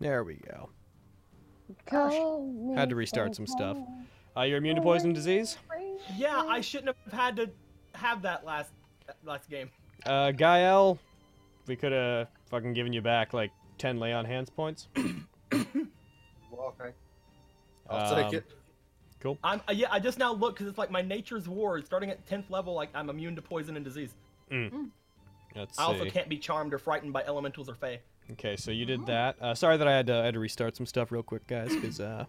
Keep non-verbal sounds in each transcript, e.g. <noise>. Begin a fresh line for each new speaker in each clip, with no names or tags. There we go.
Gosh.
Had to restart some stuff. Uh, you're immune to poison and disease.
Yeah, I shouldn't have had to have that last that last game.
Uh, Gael, we could have fucking given you back like 10 lay on hands points.
Well, okay. I'll take
Um,
it.
Cool.
I'm uh, yeah. I just now look because it's like my nature's war. is Starting at tenth level, like I'm immune to poison and disease.
Let's
I also
see.
can't be charmed or frightened by elementals or fae.
Okay, so you did that. Uh, sorry that I had to, I had to restart some stuff real quick, guys, because uh,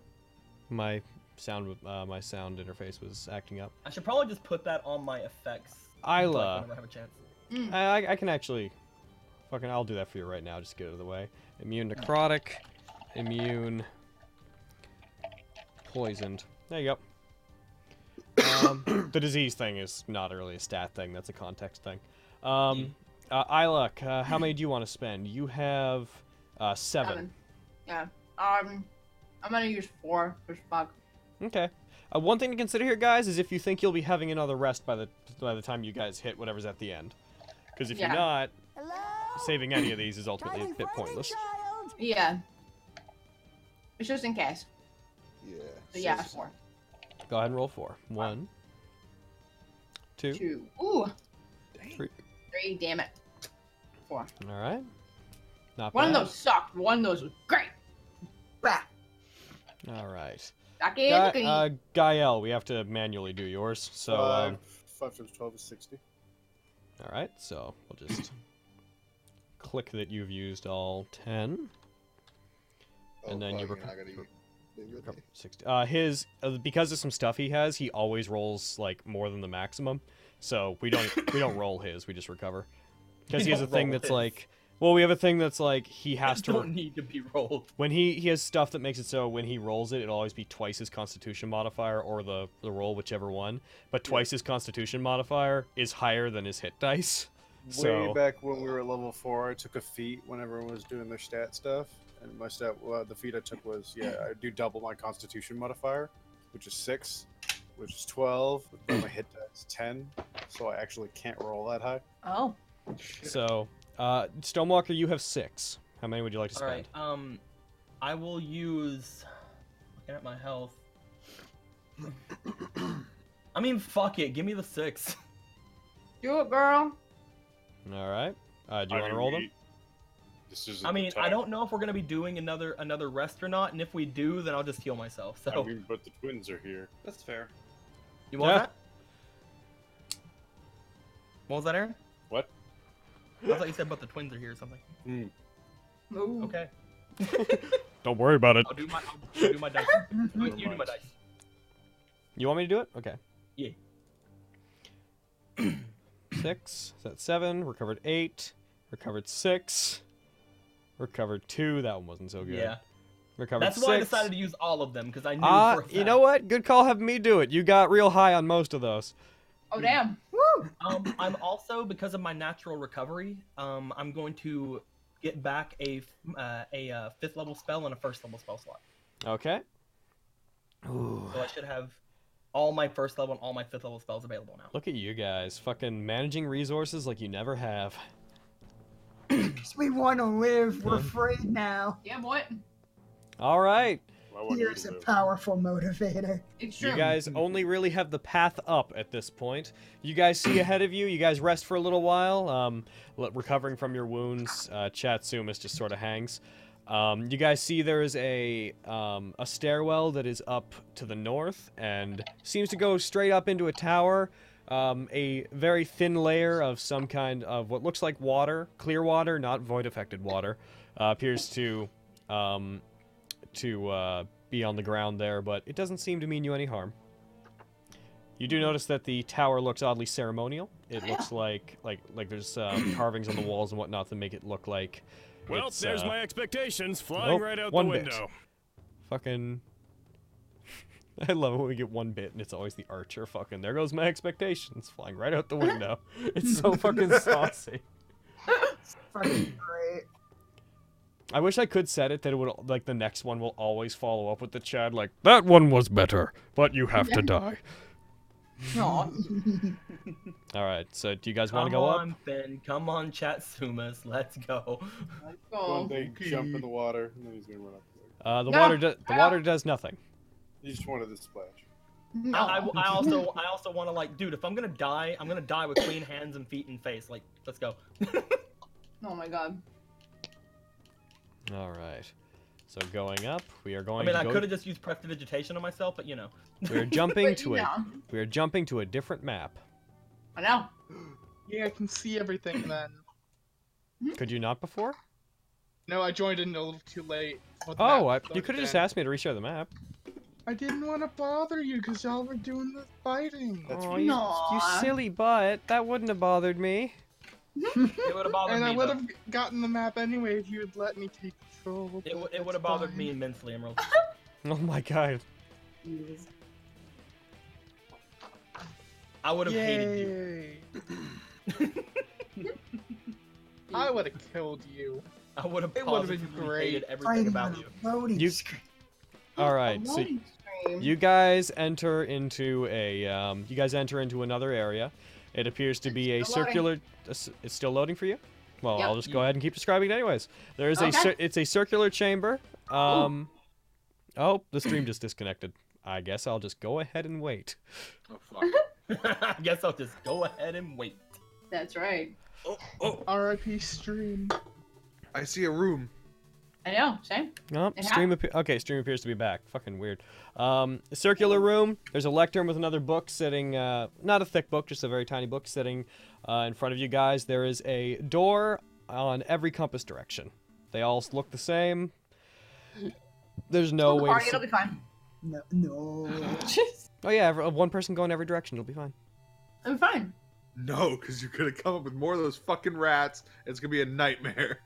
my sound uh, my sound interface was acting up.
I should probably just put that on my effects. Like,
Isla,
whenever I have a chance.
I, I- I can actually, fucking, I'll do that for you right now. Just get out of the way. Immune necrotic, immune poisoned. There you go. Um, <coughs> the disease thing is not really a stat thing. That's a context thing. Um, uh, Ilok, uh, how many do you want to spend? You have uh, seven.
Seven. Yeah. Um, I'm gonna use four. Just fuck.
Okay. Uh, one thing to consider here, guys, is if you think you'll be having another rest by the by the time you guys hit whatever's at the end. Because if
Yeah.
you're not,
Hello?
saving any of these is ultimately a bit pointless.
Yeah. It's just in case.
Yeah.
So yeah,
six.
four,
Go ahead and roll four. One, two,
two, ooh,
three.
three. Damn it. Four.
All right. Not
One
bad.
of those sucked. One of those was great. Bah.
All right.
Back in.
Ga-
the green.
uh, Gael, we have to manually do yours. So,
five,
um,
five times twelve is sixty.
all right. So we'll just <coughs> click that you've used all ten. And then you
Oh, fuck,
reco-
you're not gonna
re-
get- you're
Cup
good.
60. Uh, his uh, because of some stuff he has, he always rolls like more than the maximum. So we don't we don't roll his. We just recover because
<laughs> We
he has a
don't
thing
roll
that's
his.
like. Well, we have a thing that's like he has
<laughs>
to
don't
re-
need to be rolled.
when he he has stuff that makes it so when he rolls it, it'll always be twice his Constitution modifier or the the roll, whichever one. But twice his Constitution modifier is higher than his hit dice. So-
Way back when we were at level four, I took a feat when everyone was doing their stat stuff, and my stat well, the feat I took was yeah, I do double my Constitution modifier, which is six, which is twelve, but my hit die is ten, so I actually can't roll that high.
oh.
So, uh, Stonewalker, you have six. How many would you like to
All
spend?
right. Um, I will use. Looking at my health. <coughs> I mean, fuck it. Give me the six.
Do it, girl.
All right. Uh, do you want to roll them?
This is.
I mean, I don't know if we're gonna be doing another another rest or not, and if we do, then I'll just heal myself. So
I mean, but the twins are here.
That's fair.
you want
Yeah.
that? What was that, Aaron?
What?
I thought you said, but the twins are here or something.
Ooh.
Okay,
Don't worry about it.
I'll do my I'll do my dice. you, you do my dice.
You want me to do it? Okay.
Yeah.
<clears throat> six. That's seven. Recovered eight. Recovered six. Recovered two. That one wasn't so good.
Yeah,
Recovered
that's
six.
why I decided to use all of them because I knew.
Ah,
for a
you know
fact.
what? Good call. Have me do it. You got real high on most of those.
Oh damn.
Um, I'm also because of my natural recovery. Um, I'm going to get back a uh, a uh, fifth level spell and a first level spell slot.
Okay. Ooh.
So I should have all my first level and all my fifth level spells available now.
Look at you guys, fucking managing resources like you never have.
We want to live. We're
Yeah.
free now.
Yeah, boy.
All right.
I want you
Here's
to
a
live.
powerful motivator.
<clears throat>
It's true.
You guys only really have the path up at this point. You guys see ahead of you. You guys rest for a little while, um, le- recovering from your wounds. Uh, Chatsumus just sort of hangs. Um, you guys see there is a um, a stairwell that is up to the north and seems to go straight up into a tower. Um, a very thin layer of some kind of what looks like water, clear water, not void affected water, uh, appears to um, to uh, be on the ground there, but it doesn't seem to mean you any harm. You do notice that the tower looks oddly ceremonial. It looks like like like there's um, carvings on the walls and whatnot that make it look like.
Well,
it's,
there's
uh,
my expectations flying
nope,
right out
one
the
bit.
window.
fucking. <laughs> I love it when we get one bit and it's always the archer. Fucking there goes my expectations flying right out the window. it's so fucking saucy.
Fucking great.
I wish I could set it that it would like the next one will always follow up with the Chad like that one was better, but you have to die.
No.
All right. So do you guys want to
Come
go up?
on, Finn. Come on, Chatsumas. Let's go.
Let's
One
go.
day jump in the water, and then he's gonna run up. there.
Uh, the
No,
water do- the
I-
water does nothing.
He just wanted the splash.
No.
I, I- I also I also want to like, dude. If I'm gonna die, I'm gonna die with clean hands and feet and face. Like, let's go.
oh my god.
All right. So going up, we are
I
going
mean, I
to go-
could have just used prestidigitation on myself, but you know.
we
<laughs>
are jumping
Wait,
to
<laughs>
a
no.
we are jumping to a different map.
I know.
Yeah, I can see
<clears throat>
everything then.
Could you not before?
No, I joined in a little too late. Well, the
Oh, I,
map
you
loaded
could have just
in.
asked me to reshare the map.
I didn't want to bother you because y'all were doing the fighting.
That's
Aw,
me.
you, you
Aw.
silly butt. That wouldn't have bothered me.
It would have bothered
and I
me.
would
though.
have gotten the map anyway if you had let me take control. but
It, w- it
that's
would have bothered
fine.
me immensely, Emerald.
Oh my god.
I would have hated you.
Yay. I would have killed you.
I would have
It would've
positively
been
hated
great.
everything about you. <laughs>
Loading
You-
screen.
All right. So
Loading screen.
You guys enter into a um, you guys enter into another area. It appears to be a
It's still loading.
circular. a s- It's still loading for you. Well,
Yep.
I'll just go ahead and keep describing it anyways. There is a
Okay.
cir- it's a circular chamber. Um, oh, the stream just disconnected. I guess I'll just go ahead and wait.
Oh fuck.
I guess I'll just go ahead and wait.
That's right.
RIP stream.
I see a room.
I know. Same.
Nope,
It
stream appe- okay, stream appears to be back. Fucking weird. Um, circular room. There's a lectern with another book sitting, uh, not a thick book, just a very tiny book sitting uh, in front of you guys. There is a door on every compass direction. They all s- look the same. There's no
We'll
way. To
party,
see-
it'll be fine.
No, no.
<laughs>
oh yeah, every- one person going every direction. It'll be fine.
It'll be fine.
No, because you're gonna come up with more of those fucking rats. and It's gonna be a nightmare.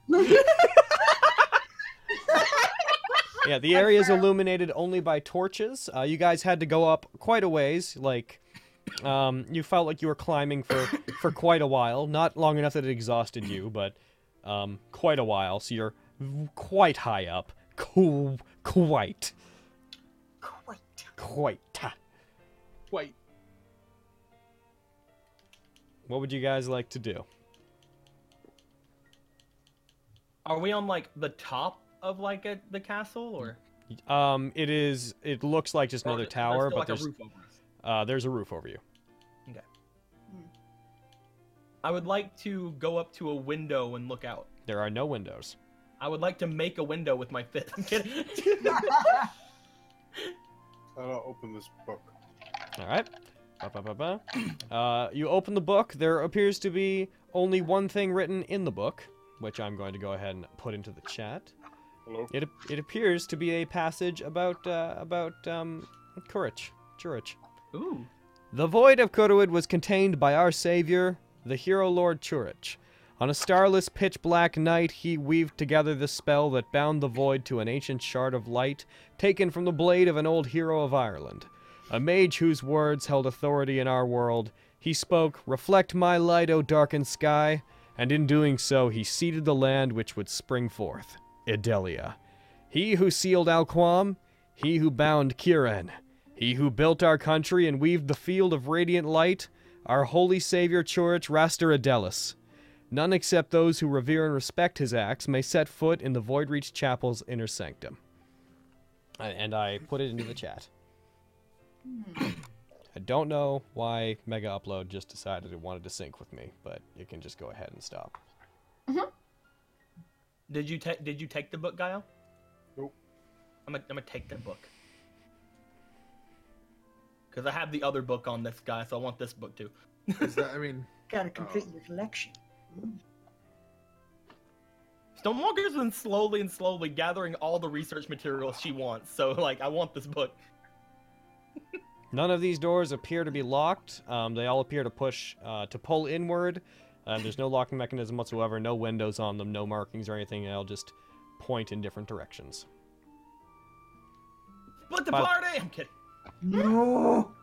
Yeah,
<laughs>
the area is illuminated only by torches. Uh, you guys had to go up quite a ways. Like, um, you felt like you were climbing for for quite a while. Not long enough that it exhausted you, but um, quite a while. So you're quite high up. Cool, quite,
Quite.
quite.
Wait,
What would you guys like to do?
Are we on like the top of like a, the castle or
Um, it is. It looks like just
or
another
is there
tower,
still,
but
like, a
there's
roof over us?
uh, there's a roof over you.
I would like to go up to a window and look out.
There are no windows.
I would like to make a window with my <laughs> fist. I'm
<laughs>
kidding.
I'll open this book.
All right. Ba, ba, ba, ba. Uh, you open the book. There appears to be only one thing written in the book, which I'm going to go ahead and put into the chat.
Hello.
It it appears to be a passage about uh, about um, courage, courage.
Ooh.
The void of Kuruid was contained by our savior, the hero lord Churich. On a starless, pitch black night, he weaved together the spell that bound the void to an ancient shard of light taken from the blade of an old hero of Ireland. A mage whose words held authority in our world, he spoke, Reflect my light, O darkened sky, and in doing so, he seeded the land which would spring forth Idelia. He who sealed Alquam, he who bound Kiran. He who built our country and weaved the field of radiant light, our holy savior Chorich Raster Adelis. None except those who revere and respect his acts may set foot in the Voidreach Chapel's inner sanctum. A- And I put it into the chat. I don't know why Mega Upload just decided it wanted to sync with me, but it can just go ahead and stop.
Did you take Did you take the book, Guile?
Nope.
I'm gonna I'm gonna take that book. Cause I have the other book on this guy, so I want this book too.
Is that, I mean,
Gotta complete your collection.
Stonewalker's been slowly and slowly gathering all the research material she wants, so like I want this book.
None of these doors appear to be locked. Um, they all appear to push uh, to pull inward. Um, there's no locking mechanism whatsoever. No windows on them. No markings or anything. They'll just point in different directions.
But the
By-
party! I'm kidding.
No.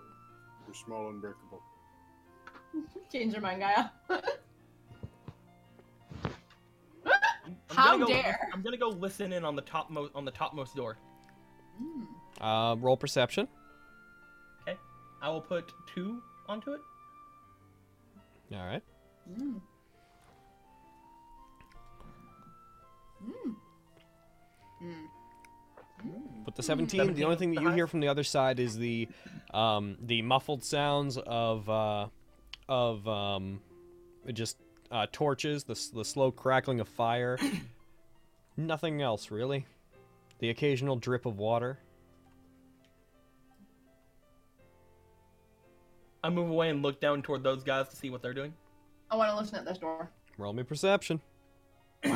You're small and breakable.
Change your mind, Gaia.
I'm
How
gonna go,
dare.
I'm gonna go listen in on the topmost on the topmost door.
Mm.
Uh, roll perception.
I will put two onto it.
All right.
Mm. Mm. Mm.
But the 17, the only thing that you hear from the other side is the um, the muffled sounds of uh, of um, just uh, torches, the, s- the slow crackling of fire. <coughs> Nothing else, really. The occasional drip of water.
I move away and look down toward those guys to see what they're doing.
I want to listen at this door.
Roll me perception. <clears throat>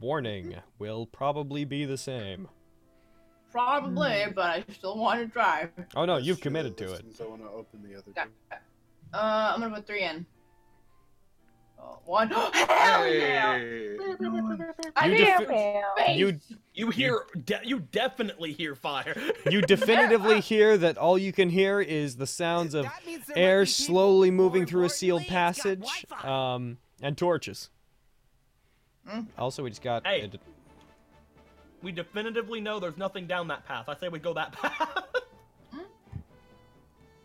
Warning will probably be the same.
Probably, but I still want to drive.
Oh no,
That's
you've
true,
committed
that
to it.
since I want to open the other.
Yeah.
door.
Uh, I'm gonna put three in. Oh, one. <gasps> Hell yeah!
Oh.
I
You
need a
defi-
face.
You
You hear, de- you definitely hear fire. <laughs>
<laughs>
you definitively hear that all you can hear is the sounds of
That means there might
air
be people.
slowly
More
moving through a sealed
importantly, it's got
passage
Wi-Fi. Hmm?
um, and torches.
Mm.
Also, we just got.
Hey.
into-
we definitively know there's nothing down that path. I say we go that <laughs> path.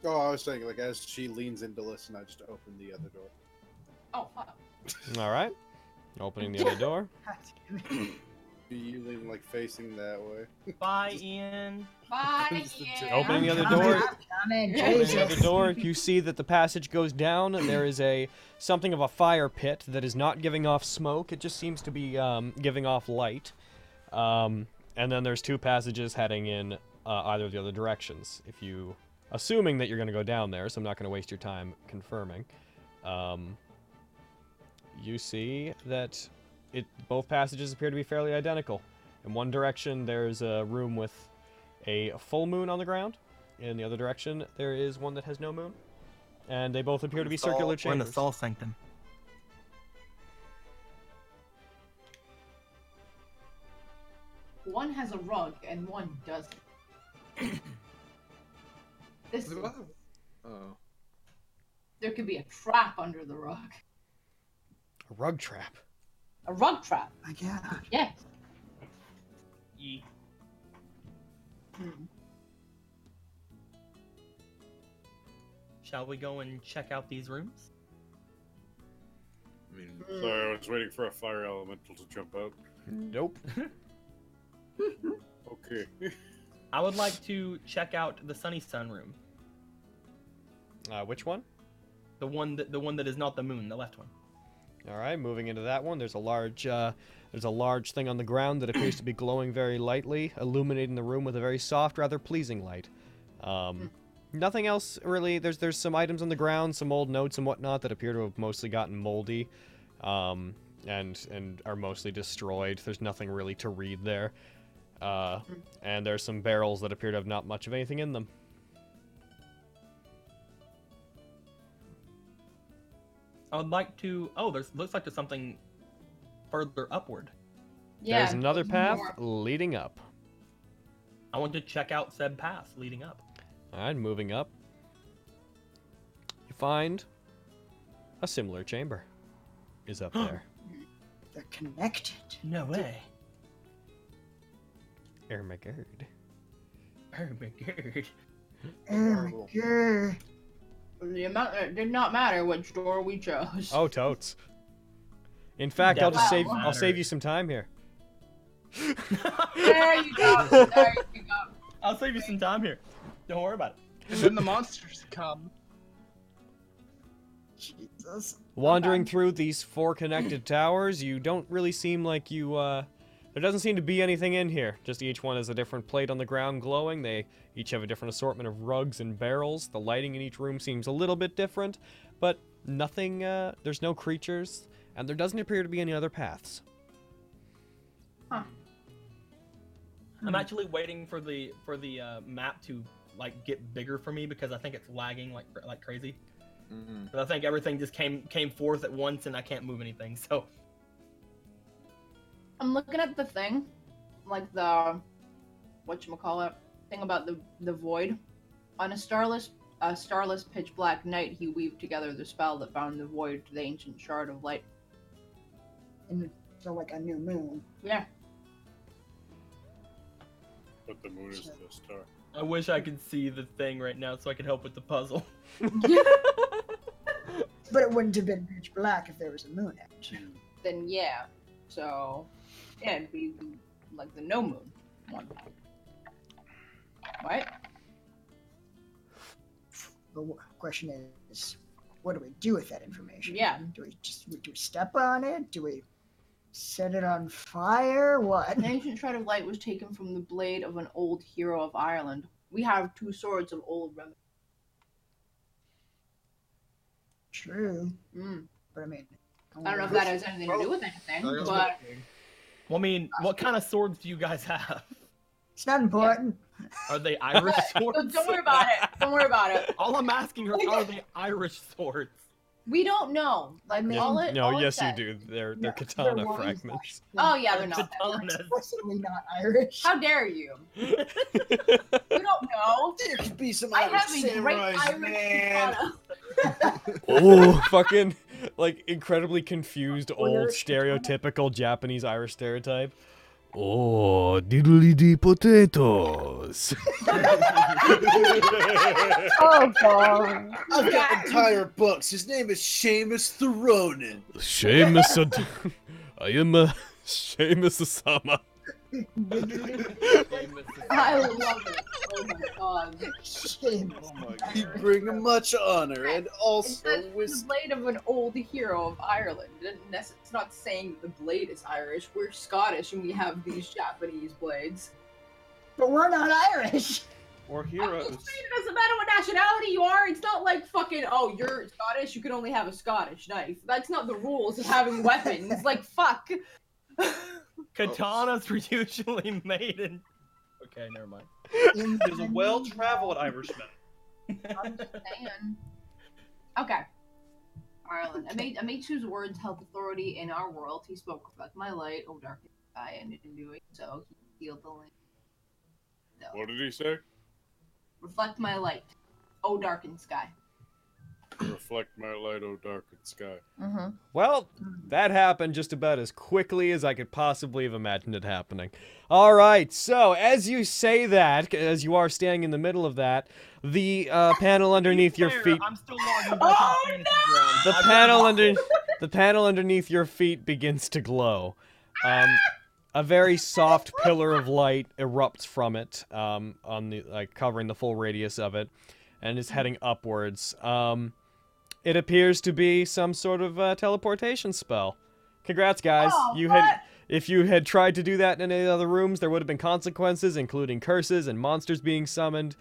Oh, I was saying, like as she leans in to listen, I just open the other door.
Oh, fuck.
All right.
<laughs>
Opening the other door.
You lean like facing that way.
Bye, Ian.
Bye.
Just
yeah.
Opening the other
Coming,
door.
I'm <laughs> coming,
Opening the
Jesus.
other door, you see that the passage goes down, and there is a something of a fire pit that is not giving off smoke. It just seems to be um, giving off light. Um, and then there's two passages heading in uh, either of the other directions. If you, assuming that you're going to go down there, so I'm not going to waste your time confirming. Um, you see that it both passages appear to be fairly identical. In one direction, there's a room with a full moon on the ground. In the other direction, there is one that has no moon. And they both appear to be circular
We're in
chambers.
the Saul Sanctum.
One has a rug and one
<coughs>
doesn't. this
Oh.
there could be a trap under the rug.
A rug trap.
A rug trap.
My God.
Yes.
Ye.
Hmm.
Shall we go and check out these rooms?
I mean,
Sorry, I was waiting for a fire elemental to jump out.
Nope.
Okay.
I would like to check out the Sunny Sun room,
Uh, which one?
the one that the one that is not the moon, the left one.
All right, moving into that one. There's a large, uh, there's a large thing on the ground that appears to be glowing very lightly, illuminating the room with a very soft, rather pleasing light. Um,
Hmm.
nothing else really. There's there's some items on the ground, some old notes and whatnot that appear to have mostly gotten moldy, um, and and are mostly destroyed. There's nothing really to read there. Uh,
Hmm.
and there's some barrels that appear to have not much of anything in them.
I would like to. Oh, there's looks like there's something further upward.
Yeah.
there's another path
more.
leading up.
I want to check out said path leading up.
And moving up, you find a similar chamber is <gasps> up there.
They're connected.
No way.
Ermagerd.
Oh my god.
Oh my
Horrible.
God.
The amount it did not matter which door we chose.
Oh, totes. In fact, I'll just save
Definitely
I'll save you some time here.
There
<laughs>
you go. There you go.
<laughs> I'll save you some time here. Don't worry about it.
And then the monsters come.
Jesus.
Wandering through these four connected towers, you don't really seem like you uh there doesn't seem to be anything in here. Just each one has a different plate on the ground glowing. They each have a different assortment of rugs and barrels. The lighting in each room seems a little bit different, but nothing uh there's no creatures and there doesn't appear to be any other paths.
Hmm.
I'm actually waiting for the for the uh, map to like get bigger for me because I think it's lagging like cr- like crazy.
Mm-hmm.
mm.
But I think everything just came came forth at once and I can't move anything. <laughs> So
I'm looking at the thing, like the whatchamacallit thing about the the void. On a starless a starless pitch black night he weaved together the spell that bound the void to the ancient shard of light.
So like a new moon.
Yeah.
But the moon is the star.
I wish I could see the thing right now so I could help with the puzzle.
but it wouldn't have been pitch black if there was a moon out.
Then yeah. So yeah, it'd be like the no moon one. Right?
The w- question is, what do we do with that information?
Yeah.
Do we just do we step on it? Do we set it on fire?
<laughs>
What?
An ancient shred of light was taken from the blade of an old hero of Ireland. We have two swords of old remnants.
True,
Mm.
but I mean,
I don't know if that has anything to do with anything, but
<laughs> Well, I mean, what kind of swords do you guys
<laughs>
have?
It's not important.
Are they Irish swords?
don't worry about it. Don't worry about it.
All I'm asking her, are they Irish swords?
We don't know. Like
Yeah.
all it. all
no,
it
yes, you
says-
do. They're
No,
they're katana
wise
fragments.
Oh yeah, they're
<laughs>
not.
They're
Katanas.
explicitly not Irish.
How
<laughs>
dare you? you don't know.
There could be some
I
Irish
have a great
samurais,
Irish
man.
katana.
<laughs> oh, fucking like incredibly confused old
Irish katana.
stereotypical Japanese Irish stereotype. Oh, diddly
<laughs>
dee potatoes.
Oh god.
I've got entire books. His name is Seamus Theronin.
Seamus, Ad- <laughs> I am a Seamus Asama.
<laughs> I love it. Oh my
<laughs>
god.
Shame.
Oh my
You bring him much honor and
It
also
says the
wisdom.
blade of an old hero of Ireland. It doesn't nec- It's not saying the blade is Irish. We're Scottish and we have these Japanese blades.
But we're not Irish.
Or
I'm
heroes.
just saying it doesn't matter what nationality you are. It's not like fucking, oh, you're Scottish. You can only have a Scottish knife. That's not the rules of having
<laughs>
weapons. Like, fuck. Oh.
Katanas were <laughs> usually made in. Okay, never mind.
In
He was a well-traveled Irishman.
Man. Okay. Ireland. I made I made choose words held authority in our world. He spoke about my light, O dark sky, and in doing so he healed the land.
What did he say?
Reflect my light, O darkened sky.
Reflect my light, O darkened sky.
Mm-hmm.
Well, that happened just about as quickly as I could possibly have imagined it happening. All right, so as you say that, as you are standing in the middle of that, the uh, panel underneath your
Fair,
feet,
I'm still <laughs> logging back
Oh,
in fantasy ground.
the
I've been
panel
locked in.
under, the panel underneath your feet begins to glow. Um, a very soft pillar of light erupts from it, um, on the like covering the full radius of it, and is heading upwards. Um, it appears to be some sort of uh, teleportation spell. Congrats, guys!
Oh,
you
what?
had if you had tried to do that in any other rooms, there would have been consequences, including curses and monsters being summoned.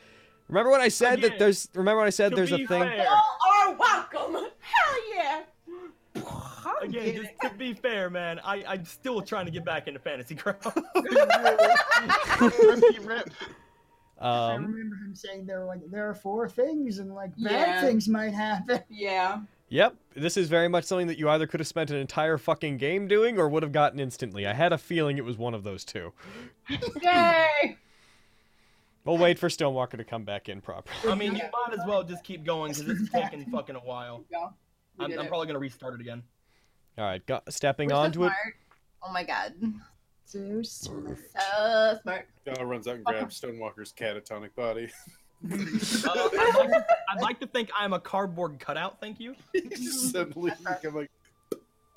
Remember when I said that
Again,
there's remember when I said
to
there's
be
a thing.
fair-
All are welcome. Hell yeah. Oh, I'm
Again,
getting
just to be fair, man, I, I'm still trying to get back into fantasy ground.
<laughs>
Rippy rip.
I
Um,
remember him saying there were like there are four things and like bad
Yeah.
things might happen.
Yeah.
Yep, this is very much something that you either could have spent an entire fucking game doing or would have gotten instantly. I had a feeling it was one of those two.
Yay.
We'll wait for Stonewalker to come back in properly.
I mean, you might as well just keep going because it's taking fucking a while.
<laughs> Go. We
I'm,
did
I'm
it.
probably gonna restart it
<laughs>
again.
<laughs> All right, go- stepping
We're so
onto it.
smart. Oh my god.
So smart.
So smart.
Gal runs out and grabs Stonewalker's
<laughs>
catatonic body.
Uh, I'd, like to, I'd like to think I'm a cardboard cutout. Thank you.
He's suddenly become like,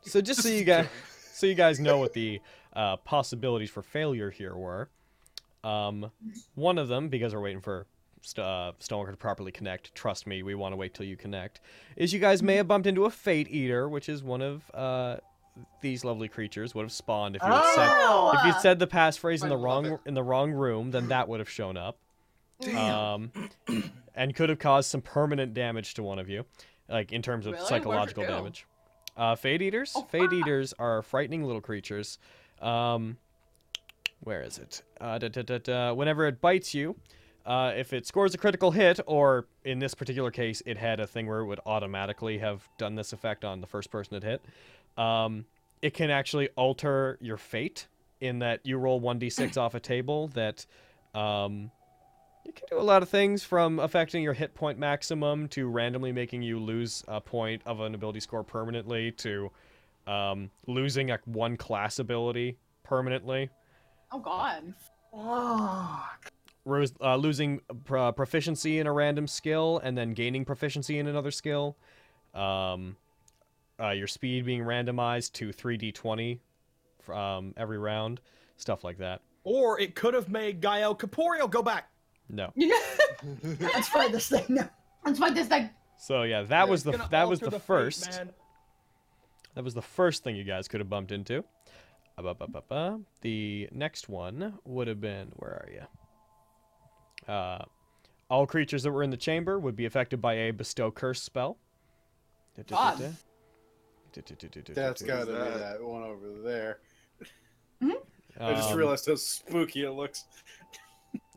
So just so you guys, so you guys know what the uh, possibilities for failure here were. Um, one of them, because we're waiting for St- uh, Stonewalker to properly connect. Trust me, we want to wait till you connect. Is you guys may have bumped into a Fate Eater, which is one of uh, these lovely creatures would have spawned if you had said
Oh,
if you said the passphrase in
I
the
love
wrong
it.
in the wrong room, then that would have shown up, um, and could have caused some permanent damage to one of you, like in terms of
Really? What'd it
psychological
do?
damage. Uh, fade eaters.
Oh,
fade eaters are frightening little creatures. Um, where is it? Uh, da, da, da, da. Whenever it bites you, uh, if it scores a critical hit, or in this particular case, it had a thing where it would automatically have done this effect on the first person it hit. Um, it can actually alter your fate in that you roll
<coughs>
1d6 off a table that um, you can do a lot of things from affecting your hit point maximum to randomly making you lose a point of an ability score permanently to um, losing a one class ability permanently
Oh god. <laughs>
<laughs> Fuck.
Ros- uh, losing pro- proficiency in a random skill and then gaining proficiency in another skill. Um, uh, your speed being randomized to 3d20 from um, every round, stuff like that.
Or it could have made Gael Caporio go back.
No.
Let's fight this thing <laughs> now.
Let's fight this thing.
So yeah, that was the
Gonna
that was
alter
the,
the fate,
first.
man.
That was the first thing you guys could have bumped into. Uh, ba, ba, ba, ba. The next one would have been where are you? Uh, all creatures that were in the chamber would be affected by a bestow curse spell.
Fun.
That's gotta
that?
be that one over there. I just
Um,
realized how spooky it looks.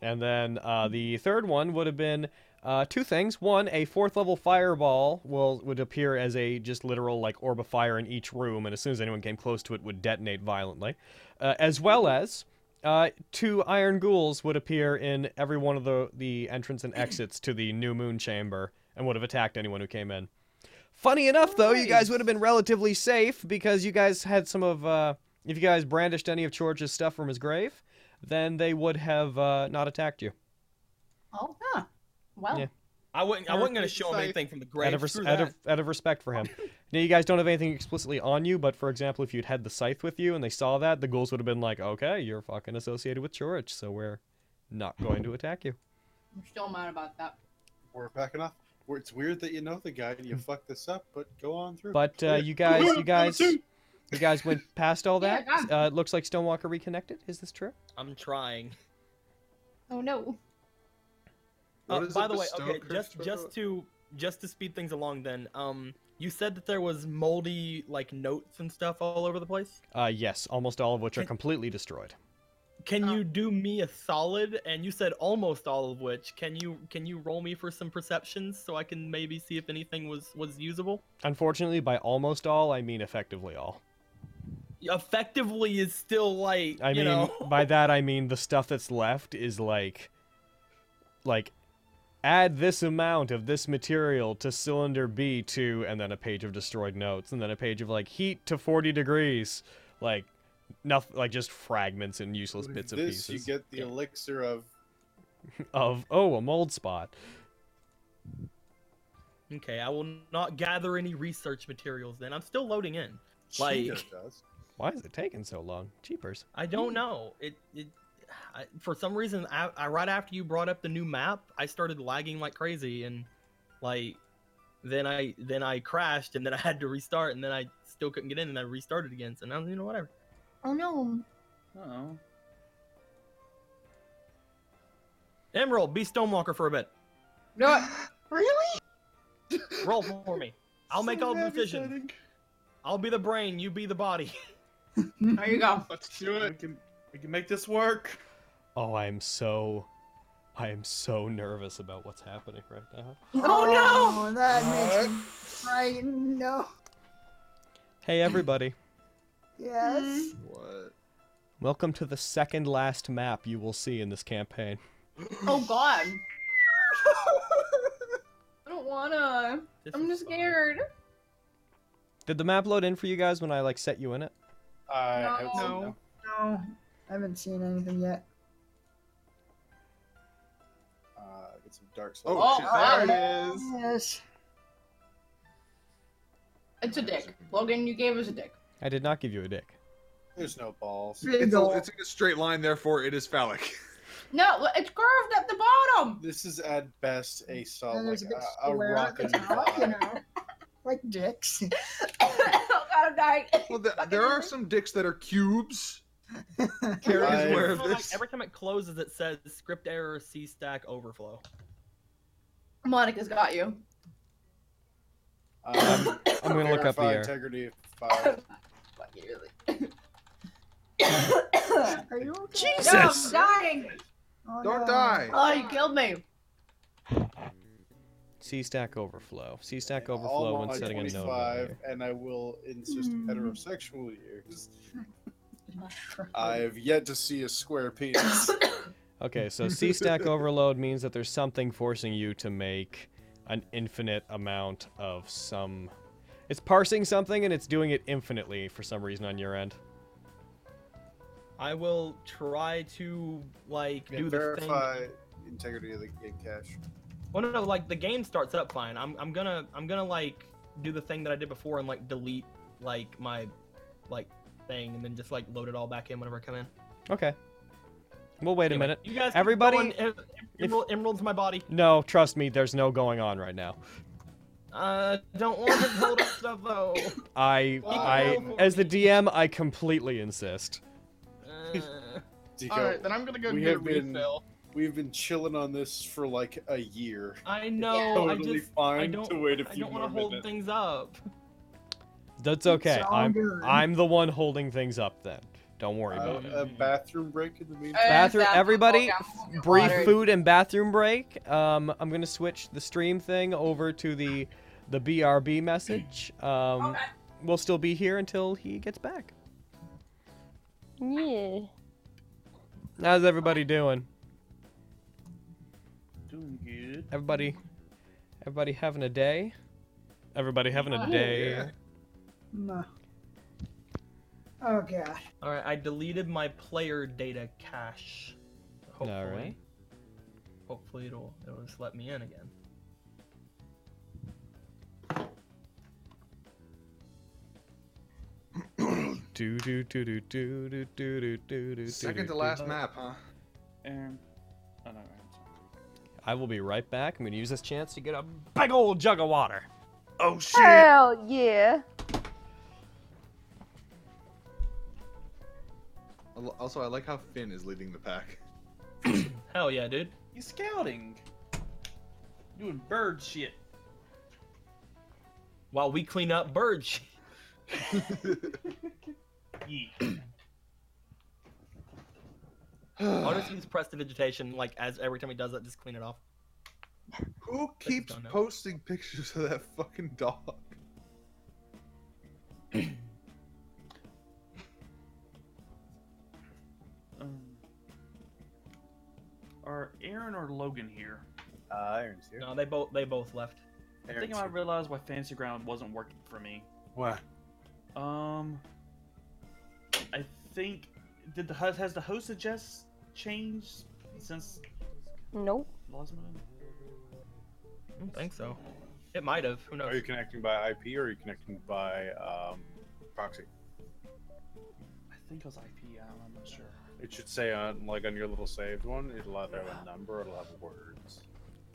And then uh, the third one would have been uh, two things. One, a fourth level fireball will would appear as a just literal like orb of fire in each room, and as soon as anyone came close to it, would detonate violently. Uh, as well as uh, two iron ghouls would appear in every one of the the entrance and exits to the new moon chamber, and would have attacked anyone who came in. Funny enough, though, you guys would have been relatively safe because you guys had some of. Uh, if you guys brandished any of George's stuff from his grave, then they would have uh, not attacked you.
Oh, huh. Well,
Yeah.
I wasn't. I wasn't gonna show him
Safe.
anything from the
out
grave.
of, res-
Screw
out,
that.
of, out of respect for him. now, you guys don't have anything explicitly on you, but for example, if you'd had the scythe with you and they saw that, the ghouls would have been like, okay, you're fucking associated with Chorich, so we're not going to attack you.
I'm still mad about that.
We're backing off. We're- It's weird that you know the guy and you fuck this up, but go on through.
Hmm. But uh, you guys, you guys, uh, you guys went past all
Yeah,
that.
God.
Uh, it looks like Stonewalker reconnected. Is this true?
I'm trying.
Oh no.
Uh,
What is
by
a
the way,
bestow
okay,
curse
just
spell?
just to just to speed things along, then um, you said that there was moldy like notes and stuff all over the place.
Uh, yes, almost all of which are
Can-
completely destroyed.
Can
Uh.
you do me a solid? And you said almost all of which. Can you can you roll me for some perceptions so I can maybe see if anything was was usable?
Unfortunately, by almost all, I mean effectively all.
Effectively is still like
I
you
mean,
know. <laughs>
by that I mean the stuff that's left is like, like, add this amount of this material to cylinder B two, and then a page of destroyed notes, and then a page of like heat to forty degrees, like, nothing, like just fragments and useless
With
bits and
this,
pieces
you get the
Yeah.
elixir of
of oh a mold spot.
Okay, I will not gather any research materials. Then I'm still loading in. Like-
Cheeto does.
Why is it taking so long? Cheapers.
I
Hmm.
don't know. It, it I, for some reason, I, I right after you brought up the new map, I started lagging like crazy, and like then I then I crashed, and then <laughs> I had to restart, and then I still couldn't get in, and I restarted again. So now you know whatever.
Oh no.
Oh.
Emerald, be Stonewalker for a bit.
No.
Really?
<laughs> Roll for me. I'll make
So
all the decisions.
devastating.
I'll be the brain, you be the body. <laughs>
There you <laughs> go.
Let's do it. We can, we can make this work.
Oh, I am so, I am so nervous about what's happening right now.
Oh
no! That makes me frightened. No.
Hey
<coughs>
everybody.
Yes.
What?
Welcome to the second last map you will see in this campaign.
no. Oh god.
Mm.
I don't wanna.
This
I'm
is
just
fun.
scared.
Did the map load in for you guys when I like set you in it?
I
No.
hope so, no.
<laughs> No. I haven't seen anything yet.
Uh, get some dark souls.
Oh,
Oh,
shit,
wow.
there it is.
Yes.
It's a dick. Logan, you gave us a dick.
I did not give you a dick.
There's no balls.
Big
It's, a,
ol'
it's in a straight line, therefore it is phallic. <laughs>
No, it's curved at the bottom. <laughs>
This is at best a solid,
and
like
there's a big
a, a
square at
rock
the
and a
top, you
rock.
know, like dicks. <laughs>
oh god, I'm dying.
Well, th- there are some dicks that are
<laughs>
cubes. Carrie
Right.
is aware of
Every time I-
this.
every time it closes, it says script error, C stack overflow.
Monica's got you.
Um,
I'm gonna look up the
verify
air.
integrity of
<laughs>
five.
Fuck you, really. <coughs>
Are you okay?
No,
<coughs> Jesus!
I'm dying.
Oh,
Don't
no.
die.
Oh, you killed me.
C Stack Overflow. C Stack
all
Overflow when
my
setting a note.
25,
over here.
and I will insist
Hmm.
heterosexual years. I've yet to see a square
<coughs>
penis.
Okay, so C Stack Overload means that there's something forcing you to make an infinite amount of some. It's parsing something and it's doing it infinitely for some reason on your end.
I will try to like do the thing.
verify integrity of the gig cache.
Well, no, no, like the game starts up fine. I'm, I'm gonna, I'm gonna like do the thing that I did before and like delete like my like thing and then just like load it all back in whenever I come in.
Okay. We'll wait a
Anyway,
minute.
You guys, keep
Everybody-
going. Em- emerald, emeralds my body.
No, trust me, there's no going on right now.
Uh,
<laughs>
don't want to hold up stuff though.
I, I, as the DM, I completely insist.
Uh,
Zico,
All right, then I'm gonna go
we
get a
have been-
refill.
we've been chilling on this for like a year. <laughs>
I know.
totally
I just
fine
I don't.
to wait a
I
few
don't
more
want to hold
minutes.
things up.
That's okay.
It's all
I'm,
good.
I'm the one holding things up. Then, don't worry
Oh.
about it.
Uh, a bathroom break in the meantime.
Bathroom-
Exactly.
everybody,
Go down,
Brief
water.
food and bathroom break. Um, I'm gonna switch the stream thing over to the, the BRB message. Um,
Okay.
we'll still be here until he gets back.
Yeah.
How's everybody doing?
Doing good.
Everybody, everybody having a day? Everybody having a
Oh,
day?
yeah.
Mm. Oh god.
All right, I deleted my player data cache. Hopefully,
right.
hopefully it'll it'll just let me in again.
Do do do do do do do do do do. do,
Second to
do.
last
Uh,
map, huh?
Um, oh, no, I'm sorry.
I will be right back. I'm gonna use this chance to get a big old jug of water.
Oh shit!
Hell yeah.
Al- Also, I like how Finn is leading the
<sighs>
pack.
Hell yeah, dude.
He's scouting, doing bird shit.
While we clean up bird shit. <laughs>
Yeah.
Uh,
Honestly, just press the digitation like as every time he does that, just clean it off.
Who keeps
don't know.
posting pictures of that fucking dog?
Um, are Aaron or Logan here?
Uh, Iron's here.
No, they both they both left.
I think
Aaron's
I
here.
realized why Fantasy Ground wasn't working for me.
Why?
Um, I think did the host has the host suggest changed since
Nope.
last minute?
I don't think so. It might have. Who
Are
knows?
you connecting by IP or are you connecting by um, proxy?
I think it was IP. I'm not sure.
It should say on like on your little saved one, it'll either <sighs> have a number or it'll have words.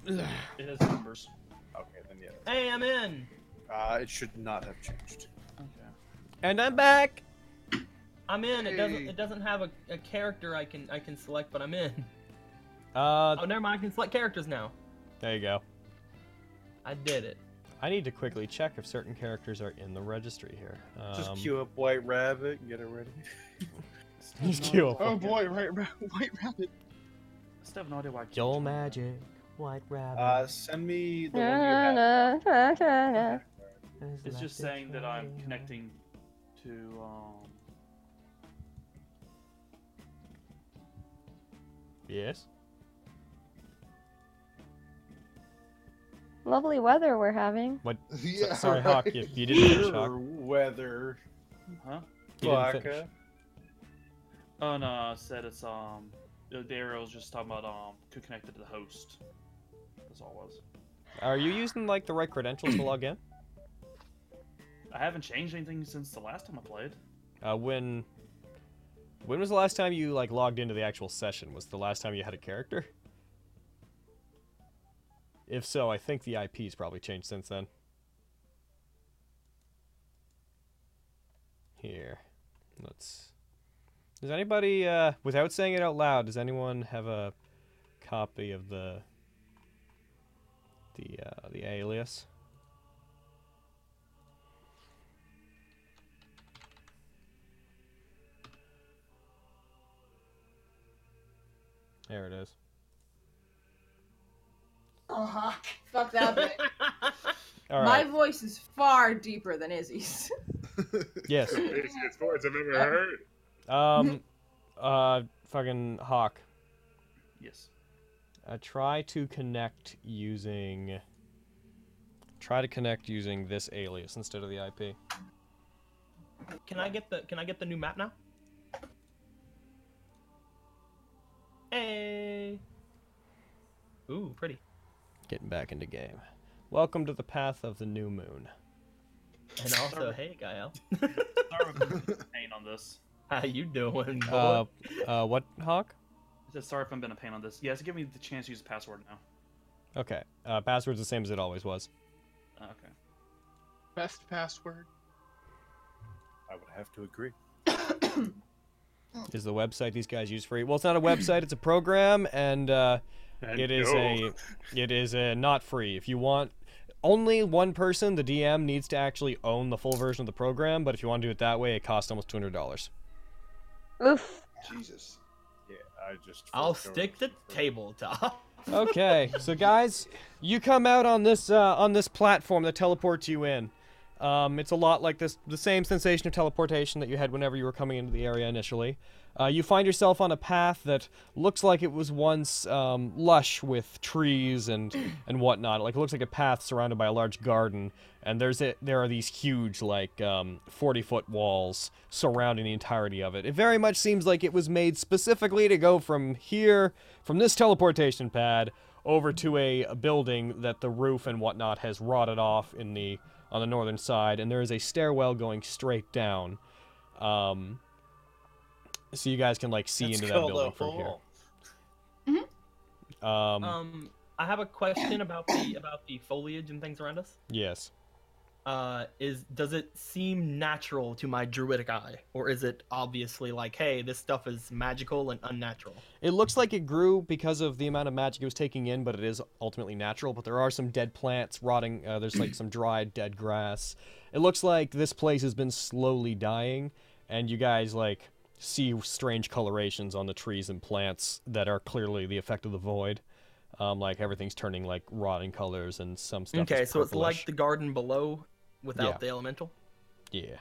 It has numbers.
Okay, then yeah.
Hey, I'm in.
Uh, it should not have changed.
Okay.
And I'm back.
I'm in. It doesn't
Hey.
it doesn't have a, a character I can I can select, but I'm in. <laughs>
Uh,
Oh, never mind. I can select characters now.
there you go.
I did it.
I need to quickly check if certain characters are in the registry here. Um,
Just queue up White Rabbit and get it ready.
Just queue up.
Oh boy, <laughs> right, ra- White Rabbit.
I still have no idea why. I keep
Joel
doing that.
Magic, White Rabbit.
Uh, send me the one you have.
Na, na, na, na.
is
It's just
left
saying that I'm
behind.
connecting to um.
Yes.
Lovely weather we're having.
So-
yeah.
sorry, Hawk. You, you didn't finish, Hawk.
Your weather.
Huh?
You didn't
Blanca.
finish.
Oh no! I said it's um. Daryl's just talking about um connected to the host. That's all it was.
Are you using like the right credentials to log in?
I haven't changed anything since the last time I played.
Uh, when when was the last time you like logged into the actual session? Was the last time you had a character? If so, I think the IP's probably changed since then. Here, let's. Does anybody, uh, without saying it out loud, does anyone have a copy of the the uh, the alias? There it is.
Oh Hawk.
Uh-huh. Fuck that. bitch.
<laughs> All right.
My voice is far deeper than Izzy's. <laughs>
<laughs>
Yes.
Craziest voice I've ever heard.
Um, uh, fucking Hawk.
Yes.
Uh, try to connect using. Try to connect using this alias instead of the IP.
Can I get the Can I get the new map now? Hey. Ooh, pretty.
Getting back into game. Welcome to the path of the new moon.
And also, hey, Gael.
Start with pain on this.
How you doing? boy?
Uh, uh, what hawk?
I said, sorry if I'm been a pain on this. Yes, give me the chance to use the password now.
Okay. Uh, password's the same as it always was.
Uh, okay.
Best password.
I would have to agree.
Is the website these guys use free? Well, it's not a website; it's a program, and uh,
And
it is
no.
a it is a not free. If you want, only one person, the DM, needs to actually own the full version of the program. But if you want to do it that way, it costs almost two hundred dollars.
Oof.
Jesus. Yeah, I just.
I'll
forked over
stick
to
to tabletop.
okay so guys you come out on this uh, on this platform that teleports you in um, it's a lot like this the same sensation of teleportation that you had whenever you were coming into the area initially uh, you find yourself on a path that looks like it was once um, lush with trees and and whatnot like it looks like a path surrounded by a large garden and there's a, there are these huge like um, 40 foot walls surrounding the entirety of it it very much seems like it was made specifically to go from here from this teleportation pad over to a, a building that the roof and whatnot has rotted off in the on the northern side and there is a stairwell going straight down um, so you guys can like see
It's
into that
called a
building from
hole.
here um,
um, I have a question about the about the foliage and things around us.
yes
Uh, is does it seem natural to my druidic eye, or is it obviously like, hey, this stuff is magical and unnatural?
It looks like it grew because of the amount of magic it was taking in, but it is ultimately natural. But there are some dead plants rotting. Uh, there's like some dried, dead grass. It looks like this place has been slowly dying, and you guys like see strange colorations on the trees and plants that are clearly the effect of the void. Um, like everything's turning like rotting colors, and some stuff.
okay,
is
so it's like
purplish.
the garden below without
Yeah.
the elemental.
yeah.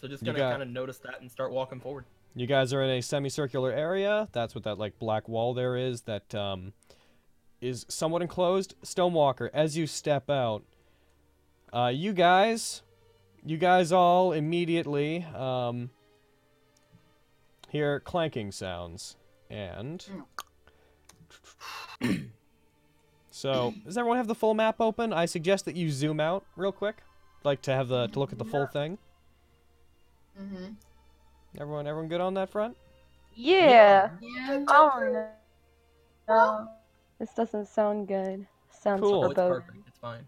So just
You
gonna
got-
kind of notice that and start walking forward.
You guys are in a semicircular area. That's what that like black wall there is that um, is somewhat enclosed. Stonewalker, as you step out, uh, you guys, you guys all immediately um, hear clanking sounds and. So, does everyone have the full map open? I suggest that you zoom out real quick, like to have the to look at the full thing.
Mm-hmm.
Everyone, everyone, good on that front.
Yeah.
Yeah.
Oh no. This doesn't sound good. Sounds
Cool.
Oh, it's
foreboding.
perfect. It's fine.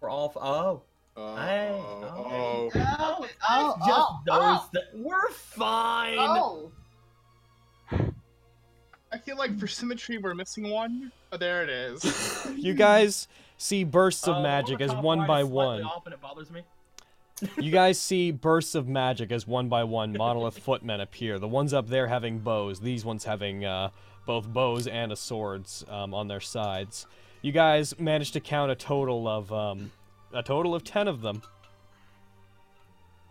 We're all f- oh,
Uh,
Oh,
Hey,
oh, oh.
Oh, oh,
it's just
oh,
those.
oh,
That, we're fine.
oh.
I feel like for symmetry we're missing one. Oh, there it is.
You guys see bursts
Uh,
of
the
magic as
top
one
right
by
is slightly
one.
Off and it bothers me.
You guys see bursts of magic as one by one monolith footmen appear. The ones up there having bows, these ones having uh, both bows and a swords um, on their sides. You guys manage to count a total of um, a total of ten of them,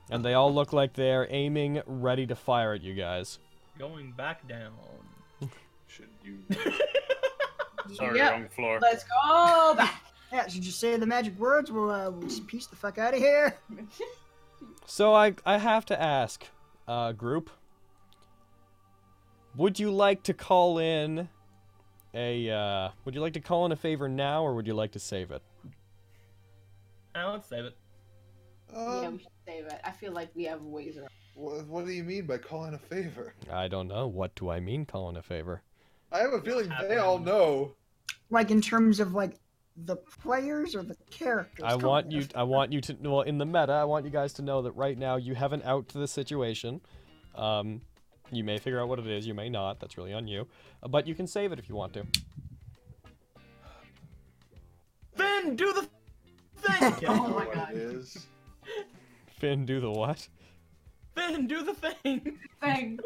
and they all look like they're aiming, ready to fire at you guys.
Going back down.
Should you?
Sorry,
Yep.
wrong floor.
Let's go back.
Yeah, should you say the magic words? We'll, uh, we'll just piece the fuck out of here. <laughs>
So I I have to ask, uh, group, would you like to call in a uh, would you like to call in a favor now or would you like to save it?
Now let's save it.
<laughs> yeah, we
Um,
should save it. I feel like we have ways around.
what, what do you mean by calling a favor?
I don't know. What do I mean calling a favor?
I have a feeling they all know.
Like in terms of like the players or the characters.
I
Come
want
on,
you
guys.
I want you to well in the meta, I want you guys to know that right now you have an out to the situation. Um you may figure out what it is, you may not. That's really on you. Uh, But you can save it if you want to.
Finn, do the
<laughs>
thing.
Oh
Kel.
my
what
God.
It is.
Finn, do the what? <laughs>
Finn, do the thing. <laughs>
Thing.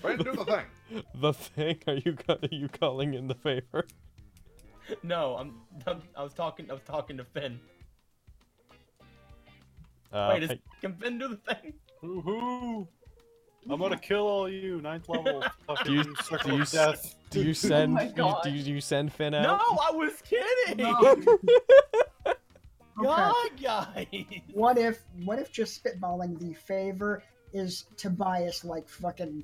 Right, do the thing.
The thing? Are you ca- are you calling in the favor?
No, I'm, I'm. I was talking. I was talking to Finn.
Uh,
Wait, is,
I-
can Finn do the thing?
Woohoo! I'm gonna kill all you, ninth level.
Do you-
fucking circle
<laughs>
do you
of death.
Do
<laughs>
you send?
Oh my
you-
God.
do, you, do you send Finn
No,
out? Uh,
I was kidding.
<laughs>
Okay.
God, guys.
What if what if just spitballing the favor is Tobias like fucking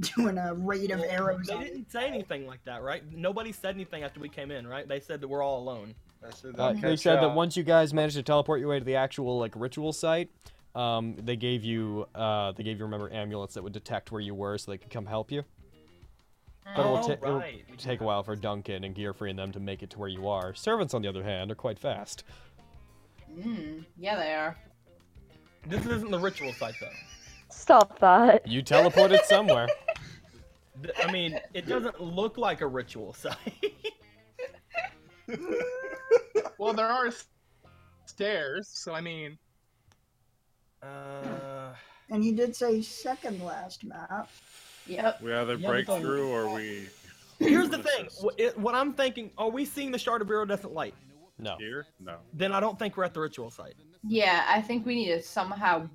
doing a raid of
Well,
arrows
They
on
didn't say anything like that, right? Nobody said anything after we came in, right? They said that we're all alone.
I said
Uh,
that
they
catch
said that
up.
once you guys managed to teleport your way to the actual like ritual site, um, they gave you uh, they gave you remember amulets that would detect where you were so they could come help you. But it will,
Oh,
ta- it will
right, we do
take a while for Duncan and Gearfree and them to make it to where you are. Servants, on the other hand, are quite fast.
Mm, yeah, they are.
This isn't the ritual site though.
Stop that.
You teleported somewhere.
Th- I mean, it doesn't look like a ritual site. <laughs>
Well, there are s- stairs, so I mean,
Uh,
And he did say second last map.
Yep.
We either
Yeah,
break
but-
through or we.
here's the thing. Wh- it- What I'm thinking, are we seeing the Shard of Burial Doesn't Light?
No.
Here? No.
Then I don't think we're at the ritual site.
Yeah, I think we need to somehow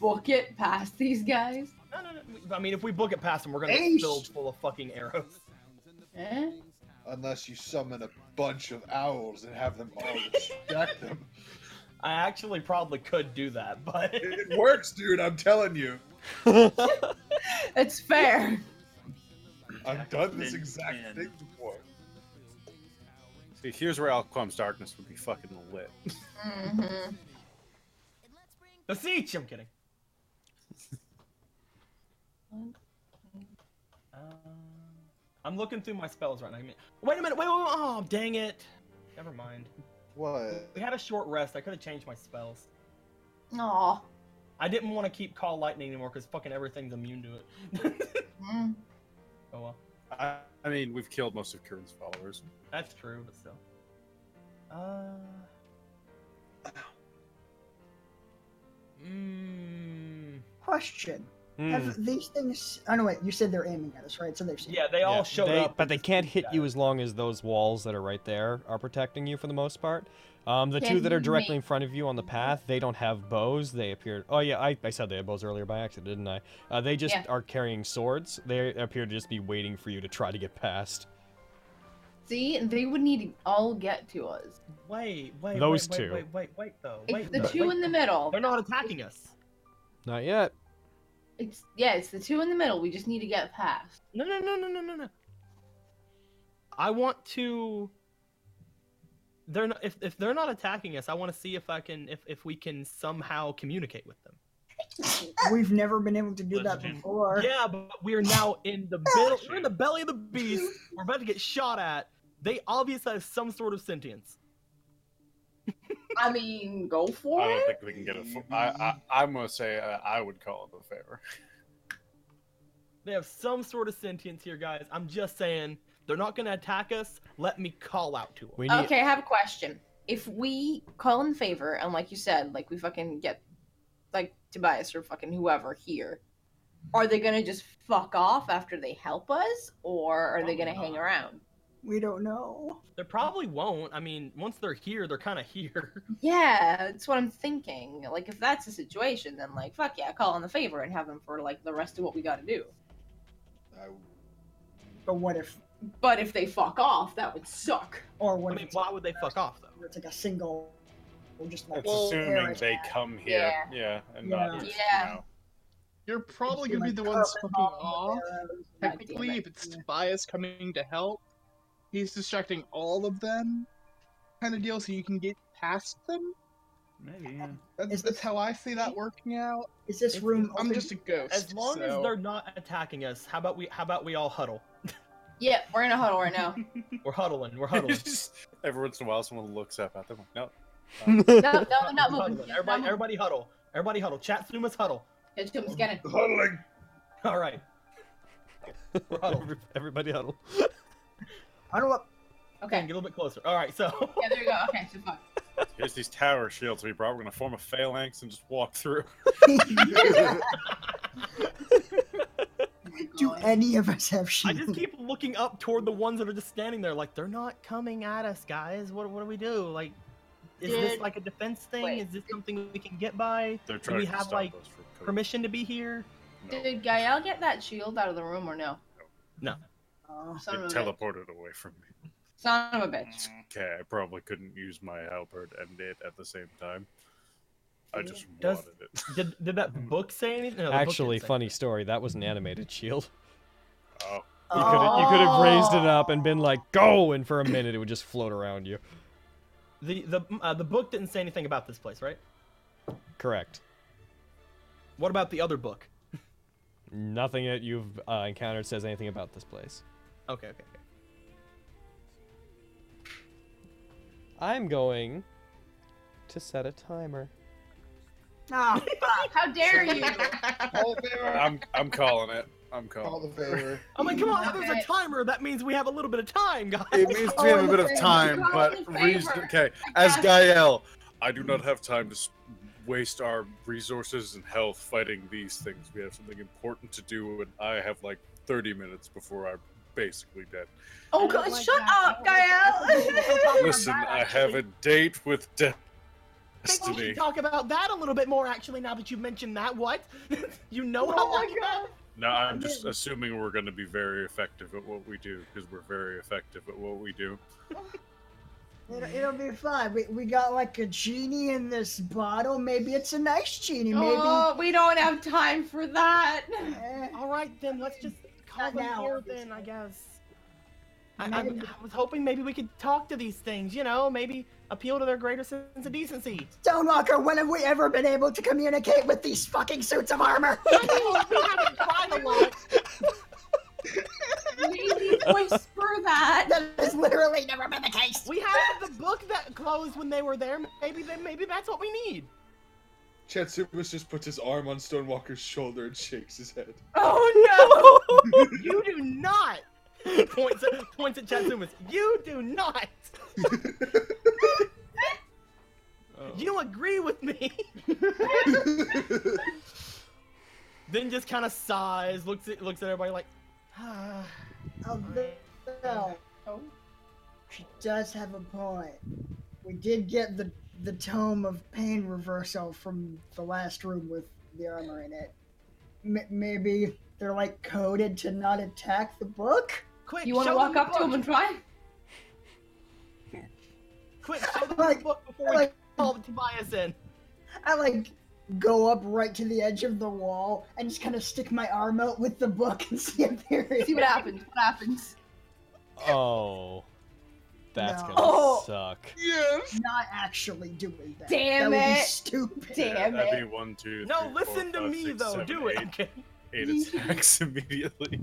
book it past these guys.
No, no, no. we- I mean, if we book it past them, we're gonna
Ace.
get filled full of fucking arrows.
Eh?
Unless you summon a bunch of owls and have them all distract them.
I actually probably could do that, but
It works, dude. I'm telling you.
It's fair. <laughs>
I've done this exact thing before.
See, here's where Alquem's darkness would be fucking lit.
Mm-hmm.
the siege. I'm kidding. Um, I'm looking through my spells right now. I mean- Wait a minute. Wait, wait, wait. Oh, dang it. Never mind.
What?
We had a short rest. I could have changed my spells.
Aw.
I didn't want to keep call lightning anymore because fucking everything's immune to it. <laughs>
Mm.
oh well,
I, I mean, we've killed most of Kieran's followers.
that's true, but still. Uh. Mm,
Question.
Hmm.
Have these things. Oh, no, wait. You said they're aiming at us, right? So they've seen.
yeah, they all
Yeah,
showed
they-
up.
but
and
they
just
can't
didn't
hit
die.
you as long as those walls that are right there are protecting you for the most part. Um, the two
Can
that are
you
directly in
make-
front of you on the path, they don't have bows. They appear. Oh yeah, I, I said they had bows earlier by accident, didn't I? Uh, they just
Yeah.
are carrying swords. They appear to just be waiting for you to try to get past.
See, they would need to all get to us.
Wait, wait,
Those
wait,
two.
Wait, wait, wait, wait though.
It's
Wait,
the
though,
two
wait,
in the middle.
They're not attacking us.
Not yet.
It's yeah, it's the two in the middle. We just need to get past.
No, no, no, no, no, no, no. I want to. They're not. If, if they're not attacking us, I want to see if I can. If if we can somehow communicate with them.
We've never been able to do that
Legend.
before.
Yeah, but we are now in the middle. We're in the belly of the beast. We're about to get shot at. They obviously have some sort of sentience.
I mean, go for
I don't
it.
think we can get a. Full, I, I, I'm gonna say uh, I would call it a favor.
They have some sort of sentience here, guys. I'm just saying they're not going to attack us. Let me call out to them.
We need.
Okay, I have a question. If we call in favor, and like you said, like we fucking get like Tobias or fucking whoever here, are they gonna just fuck off after they help us, or are
Probably
they gonna hang
not.
around?
We don't know.
They probably won't. I mean, once they're here, they're kind of here. <laughs>
Yeah, that's what I'm thinking. Like, if that's the situation, then like, fuck yeah, call in the favor and have them for like the rest of what we gotta do.
But what if.
But if they fuck off, that would suck.
Or
I
what if
mean,
it's,
why would they fuck off, though?
where it's like a single. Or just like.
It's
Well,
assuming
Eric-
they come here, yeah, and not. you
Yeah.
<laughs>
know.
you're probably
Be
gonna be
like
the ones
curving
fucking
all
off.
the arrows.
God damn
Technically,
it.
if it's Tobias coming to help, he's distracting all of them, kind of deal, so you can get past them.
Maybe. Yeah.
That's,
Is
that's
this-
how I see that working out.
Is this
If-
room.
I'm
open?
just a ghost. <laughs>
As long as
so-
they're not attacking us, how about we how about we all huddle?
Yeah, we're in a huddle right now.
We're huddling. We're huddling.
Just- <laughs> Every once in a while, someone looks up at them. Like, no,
<laughs> No, no, we're not
We're
moving.
huddling. Everybody, everybody huddle. Everybody huddle. Chat Suma's huddle. <laughs>
Catch them scanning.
Huddling.
All right. We're huddled.
<laughs> Every- Everybody huddle.
Huddle up.
Get a
Okay.
little bit closer. All right. So <laughs>
Yeah, there you go. Okay, so fuck.
here's these tower shields we brought. We're gonna form a phalanx and just walk through. <laughs>
<laughs>
Oh
Do any of us have
I
shields?
just keep looking up toward the ones that are just standing there, like they're not coming at us, guys. What what do we do? Like, is this
Did-
like a defense thing?
wait.
Is this something we can get by?
They're
Do
trying
we
to
have
stop
like
us from coming.
permission to be here?
No,
Did Gael get that shield out of the room or no?
Oh,
Son of a
it
bitch.
teleported away from me.
Son of a bitch.
Okay, I probably couldn't use my halberd and it at the same time. I just
Does-
wanted it. <laughs>
Did did that book say anything? No, the book didn't
Actually,
say
funny story. That was an animated shield. <laughs>
Oh,
Oh.
You could you could have raised it up and been like, "Go!" and for a minute it would just float around you.
the the uh, the book didn't say anything about this place, right?
Correct.
What about the other book?
Nothing that you've uh, encountered says anything about this place.
Okay, okay, okay.
I'm going to set a timer.
Oh, fuck. How dare <laughs> you?
<laughs>
I'm I'm calling it. I'm calling.
the favor.
I mean, come on, there's a timer. That means we have a little bit of time, guys.
It means we have a bit of time, but reason. Okay, as Gael, I do not have time to s- waste our resources and health fighting these things. We have something important to do, and I have like 30 minutes before I'm basically dead.
Oh, God, shut up, <laughs>
Oh,
Gael!
Listen, I have a date with de-
I think we
destiny.
should talk about that a little bit more, actually. Now that you mentioned that, what? <laughs> you know how long you have?
No, I'm just assuming we're going to be very effective at what we do because we're very effective at what we do.
It'll, it'll be fun. We, we got like a genie in this bottle. Maybe it's a nice genie. Maybe. eh.
Oh, we don't have time for <laughs> that.
All right, then let's just call
Not
them
now,
here. Then I guess. I, I, I was hoping maybe we could talk to these things. You know, maybe appeal to their greater sense of <laughs> decency.
Stonewalker, when have we ever been able to communicate with these fucking suits of armor? <laughs>
we haven't tried a lot.
Maybe whisper that.
That has literally never been the case.
We have the book that closed when they were there. Maybe they, maybe that's what we need.
Chatsumus just puts his arm on Stonewalker's shoulder and shakes his head.
Oh <laughs>
no! you do not. points at points at Chatsumas. You do not. You agree with me. then just kind of sighs, looks at looks at everybody like, ah.
Although, she does have a point. We did get the the tome of pain reversal from the last room with the armor in it. M- maybe they're like coded to not attack the book.
Quick,
You want to
show
walk
them
up
the
to him
book.
and try?
Quick,
<laughs>
show them the
Like-
book before we
like-
call Tobias in.
I like go up right to the edge of the wall and just kind of stick my arm out with the book and <laughs> see if they
See what happens.
<laughs>
What happens?
Oh, that's
No.
gonna
Oh.
suck.
<laughs> Yes.
Not actually doing that.
Damn
that would be
it.
stupid.
Damn
That'd
it.
be one, two,
No,
three, four,
listen to
five,
me
six,
though.
seven,
Do it.
eight.
Okay.
Eight attacks immediately.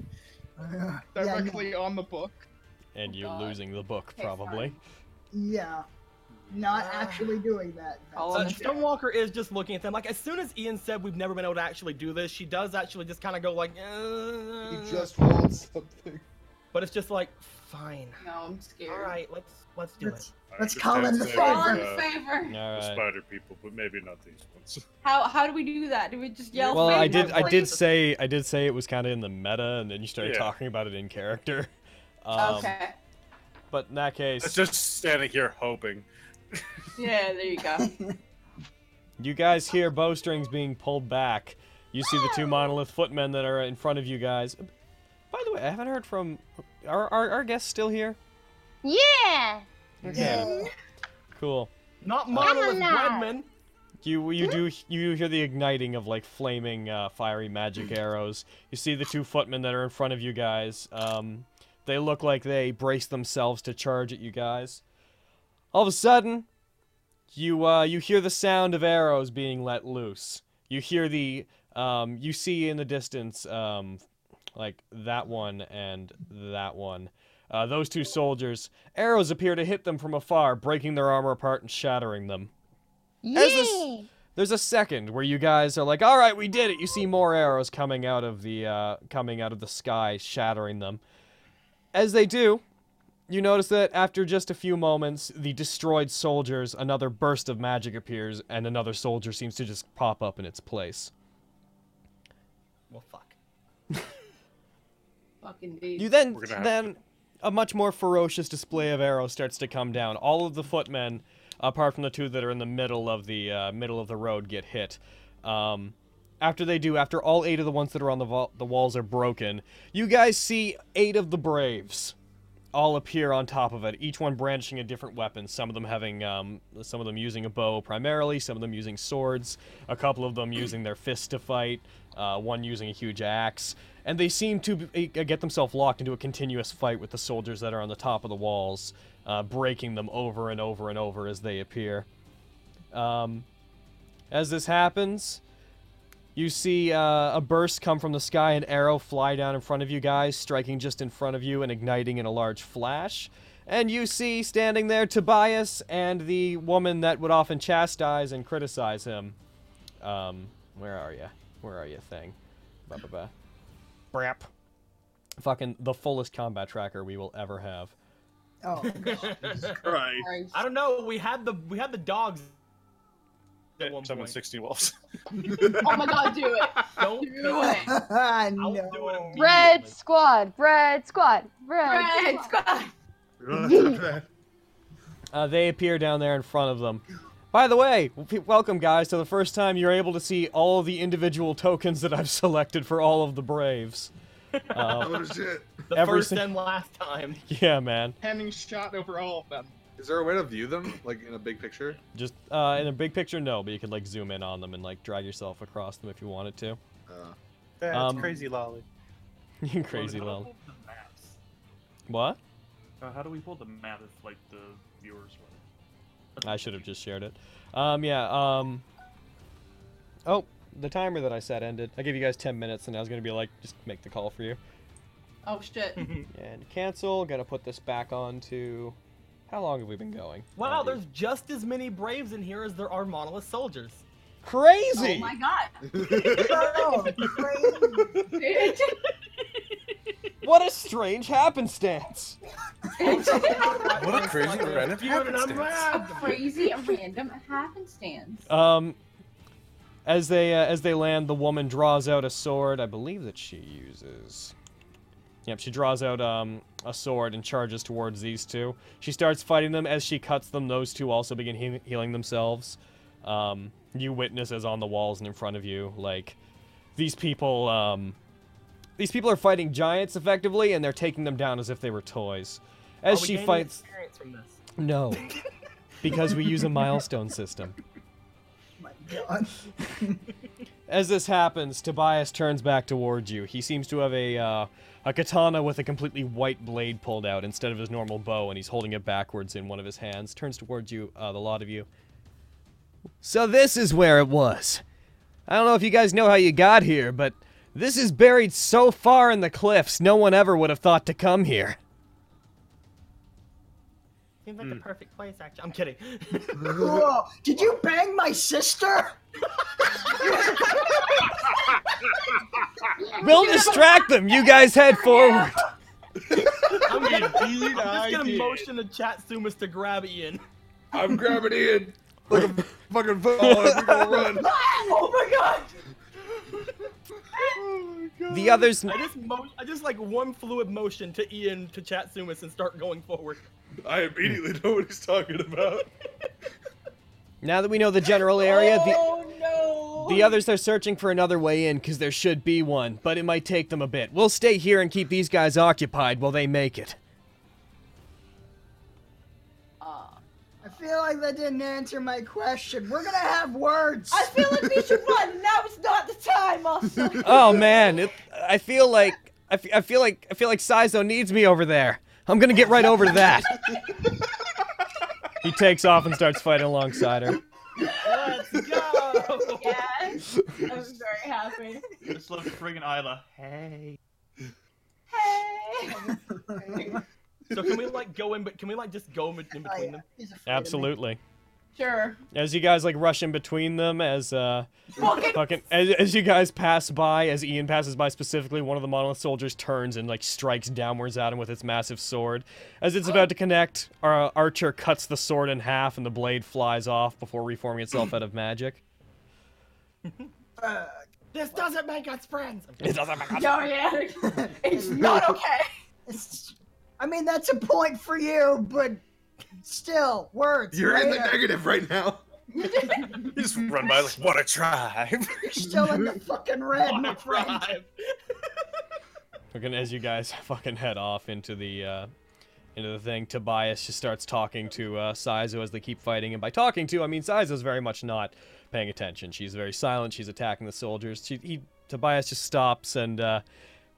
Ugh, yeah, no-
Directly on the book.
And you
Oh, God.
losing the book
Okay,
probably.
yeah, not
Ah.
actually doing that.
All
Uh,
on the
Stonewalker is just looking at them. Like as soon as Ian said we've never been able to actually do this, she does actually just kind of go like,
<laughs> He
"Uh,"
just wants something.
but it's just like, fine.
No, I'm scared.
All right, let's <laughs> let's do
Let's,
it.
I
let's
just
call
have
in the
to say,
All in
uh,
favor.
the
All right.
spider people, but maybe not these ones.
How how do we do that? Do we just yell?
Well, I
favor,
did. I did
please?
say. I did say it was kind of in the meta, and then you started
Yeah.
talking about it in character. <laughs> Um,
okay.
But in that
It's
case,
just standing here hoping.
Yeah, there
<laughs>
you go.
you guys hear bowstrings being pulled back. You see the two
<gasps>
monolith footmen that are in front of you guys. By the way, I haven't heard from. Are our, our guests still here?
Yeah.
Okay. Cool.
Not Monolith
alive.
Redman.
You you do you hear the igniting of like flaming uh, fiery magic arrows. You see the two footmen that are in front of you guys. Um, they look like they brace themselves to charge at you guys. All of a sudden, you uh, you hear the sound of arrows being let loose. You hear the um, you see in the distance um, like that one and that one. Uh, those two soldiers, arrows appear to hit them from afar, breaking their armor apart and shattering them. As this-
Yay.
There's a second where you guys are like, "All right, we did it." You see more arrows coming out of the uh, coming out of the sky, shattering them. As they do, you notice that after just a few moments, the destroyed soldiers, another burst of magic appears, and another soldier seems to just pop up in its place.
Well, fuck.
Fucking D.
You then
We're gonna have
then a much more ferocious display of arrows starts to come down. All of the footmen, apart from the two that are in the middle of the uh, middle of the road, get hit. Um, after they do, after all eight of the ones that are on the vault, the walls are broken. You guys see eight of the braves all appear on top of it. Each one brandishing a different weapon. Some of them having, um, some of them using a bow primarily. Some of them using swords. A couple of them using their fists to fight. Uh, one using a huge axe. eh, And they seem to be, uh, get themselves locked into a continuous fight with the soldiers that are on the top of the walls. uh, breaking them over and over and over as they appear. Um, as this happens, you see uh, a burst come from the sky, an arrow fly down in front of you guys, striking just in front of you and igniting in a large flash. And you see standing there Tobias and the woman that would often chastise and criticize him. Um, where are you? Where are you, thing? Ba ba ba. Brap. Fucking the fullest combat tracker we will ever have.
<laughs>
Oh,
<laughs>
Christ. <laughs> I don't know. We had the we had the dogs. At one
Summon 60 wolves. <laughs>
Oh my god, do
<laughs>
it.
Don't do
it.
<laughs> I
know.
Red squad, red squad, red,
Red squad.
Uh, they appear down there in front of them. By the way, w- welcome guys to the first time you're able to see all the individual tokens that I've <laughs> selected for all of the Braves.
Oh,
Uh,
The
Every
first
sing-
and last time.
yeah, man.
Having shot over all of them.
Is there a way to view them, like in a big picture?
Just uh, in a big picture, no, but you could like zoom in on them and like drag yourself across them if you wanted to. <laughs>
Uh,
That's
Um,
crazy, Lolly.
crazy
Well, how do
lol.
we pull the maps?
What?
Uh, how do we pull the map if like the viewers were?
I should have just shared it. Um, yeah. Um. Oh, the timer that I set ended. I gave you guys ten minutes, and I was gonna be like, just make the call for you.
<laughs> Oh
<laughs>
shit.
And cancel. Gonna put this back on to. How long have we been going?
Wow, there's just as many Braves in here as there are Monolith soldiers.
Oh
Crazy.
my god.
Oh, <laughs> crazy.
Bitch.
<laughs> what a strange happenstance. Oh
What a crazy random
Feud and I'm
happenstance.
robbed.
Crazy and random happenstance.
Um, as they uh, as they land, the woman draws out a sword. I believe that she uses. Yep, she draws out um, a sword and charges towards these two. She starts fighting them. As she cuts them, those two also begin heal healing themselves. Um, you witness as on the walls and in front of you, like these people. Um, these people are fighting giants effectively, and they're taking them down as if they were toys. As
Are we
she
gaining
fights,
experience from this?
no, <laughs> because we use a milestone system.
my god.
As this happens, Tobias turns back towards you. He seems to have a uh, a katana with a completely white blade pulled out instead of his normal bow, and he's holding it backwards in one of his hands. Turns towards you, uh, the lot of you. So this is where it was. I don't know if you guys know how you got here, but this is buried so far in the cliffs, no one ever would have thought to come here.
Seems
Hmm.
like the perfect place, actually. I'm
<laughs>
kidding.
Cool. Did you bang my sister?
We'll distract them. You guys head forward.
I'm, gonna, I'm
Indeed, I
just gonna
did.
motion to chat Sumas to grab Ian.
I'm grabbing Ian. Like a fucking football, and we're gonna run.
Oh my god!
The others.
I just mo- I just like one fluid motion to Ian to chat Sumas and start going forward.
I immediately know what he's talking about.
Now that we know the general area, the
no!
The others are searching for another way in because there should be one, but it might take them a bit. We'll stay here and keep these guys occupied while they make it.
Uh,
I feel like that didn't answer my question. We're gonna have words.
I feel like we should run. Now is not the
<laughs>
time, also.
Oh man, it, I feel like I, f- I feel like I feel like Saizo needs me over there. I'm gonna get right over to that. he takes off and starts fighting alongside her.
Let's go!
yes. I'm very happy.
Just look friggin' Isla. Hey.
Hey.
so can we like go in, but can we like just go in in
Oh,
between
yeah.
them?
He's afraid of me.
Absolutely.
Sure.
As you guys like rush in between them, as uh,
Fucking
fucking as, as you guys pass by, as Ian passes by specifically, one of the monolith soldiers turns and like strikes downwards at him with its massive sword. As it's about to connect, our archer cuts the sword in half and the blade flies off before reforming itself out of magic.
Uh,
This doesn't make us friends.
It doesn't matter.
no, yeah. It's not okay.
it's- I mean, that's a point for you, but still, words.
You're in the
later.
negative right now.
You just run by like, what a tribe. <laughs>
You're still in the fucking red, my friend.
Drive.
Fucking as you guys <laughs> fucking head off into the uh, into the thing, Tobias just starts talking to uh, Saizo as they keep fighting, and by talking to, I mean Saizo's very much not paying attention. She's very silent. She's attacking the soldiers. She, he, Tobias just stops and, uh,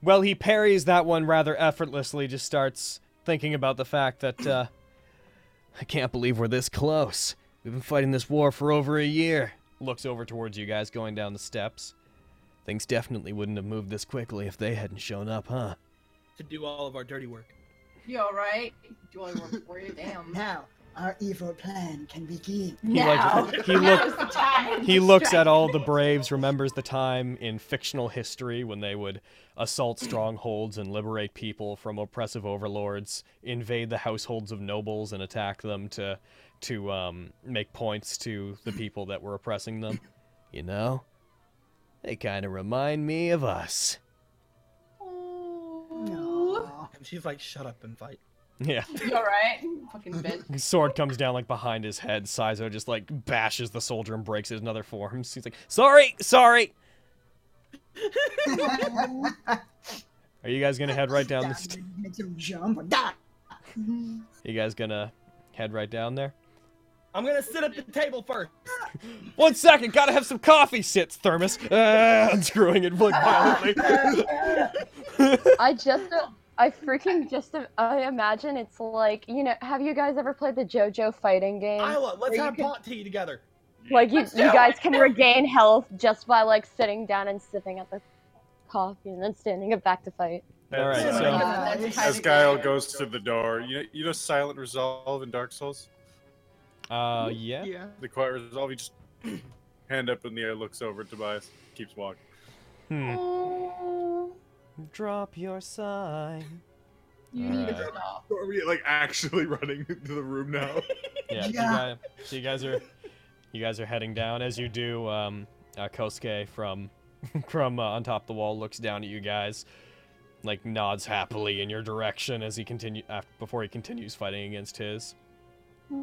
well, he parries that one rather effortlessly. Just starts thinking about the fact that uh, <clears throat> I can't believe we're this close. We've been fighting this war for over a year. Looks over towards you guys going down the steps. Things definitely wouldn't have moved this quickly if they hadn't shown up, huh?
to do all of our dirty work.
You alright? Do you want to work for you? Damn.
Now, our evil plan can begin.
He like he
Now's
look
the time.
he looks at all the braves, remembers the time in fictional history when they would assault strongholds and liberate people from oppressive overlords, invade the households of nobles and attack them to to um, make points to the people that were oppressing them. You know, they kind of remind me of us.
And she's like, shut up and fight.
Yeah.
You alright? Fucking bitch.
His sword comes down like behind his head. Saizo just like bashes the soldier and breaks it in other forms. He's like, "Sorry, sorry." Are you guys gonna head right
<laughs>
down the? St-
Makes him jump. <laughs> Oh, Da!
you guys gonna head right down there?
I'm gonna sit at the table first.
One second, gotta have some coffee. Sits thermos, <laughs> Ah, unscrewing it like violently.
I just, I freaking just, I imagine it's like, you know, have you guys ever played the JoJo fighting game?
Isla, let's
Where you
have
can-
pot tea together.
Like you,
Let's do
you guys
it.
can regain health just by like sitting down and sipping at the coffee and then standing up back to fight.
All right,
Yeah.
so
Yeah.
uh, As Guile goes to the door, you know, you know silent resolve in Dark Souls.
<laughs> Uh, yeah.
Yeah.
The quiet resolve. He just <clears throat> hand up in the air, looks over at Tobias, keeps walking.
Hmm. Drop your sign.
You
All
need
right.
to stop.
Are we like actually <laughs> running into the room
<laughs>
now?
Yeah. You
Yeah.
guys, so you guys are, you guys are heading down as you do. Um, uh, Kosuke from, <laughs> from uh, on top of the wall looks down at you guys, like nods happily in your direction as he continue af before he continues fighting against his.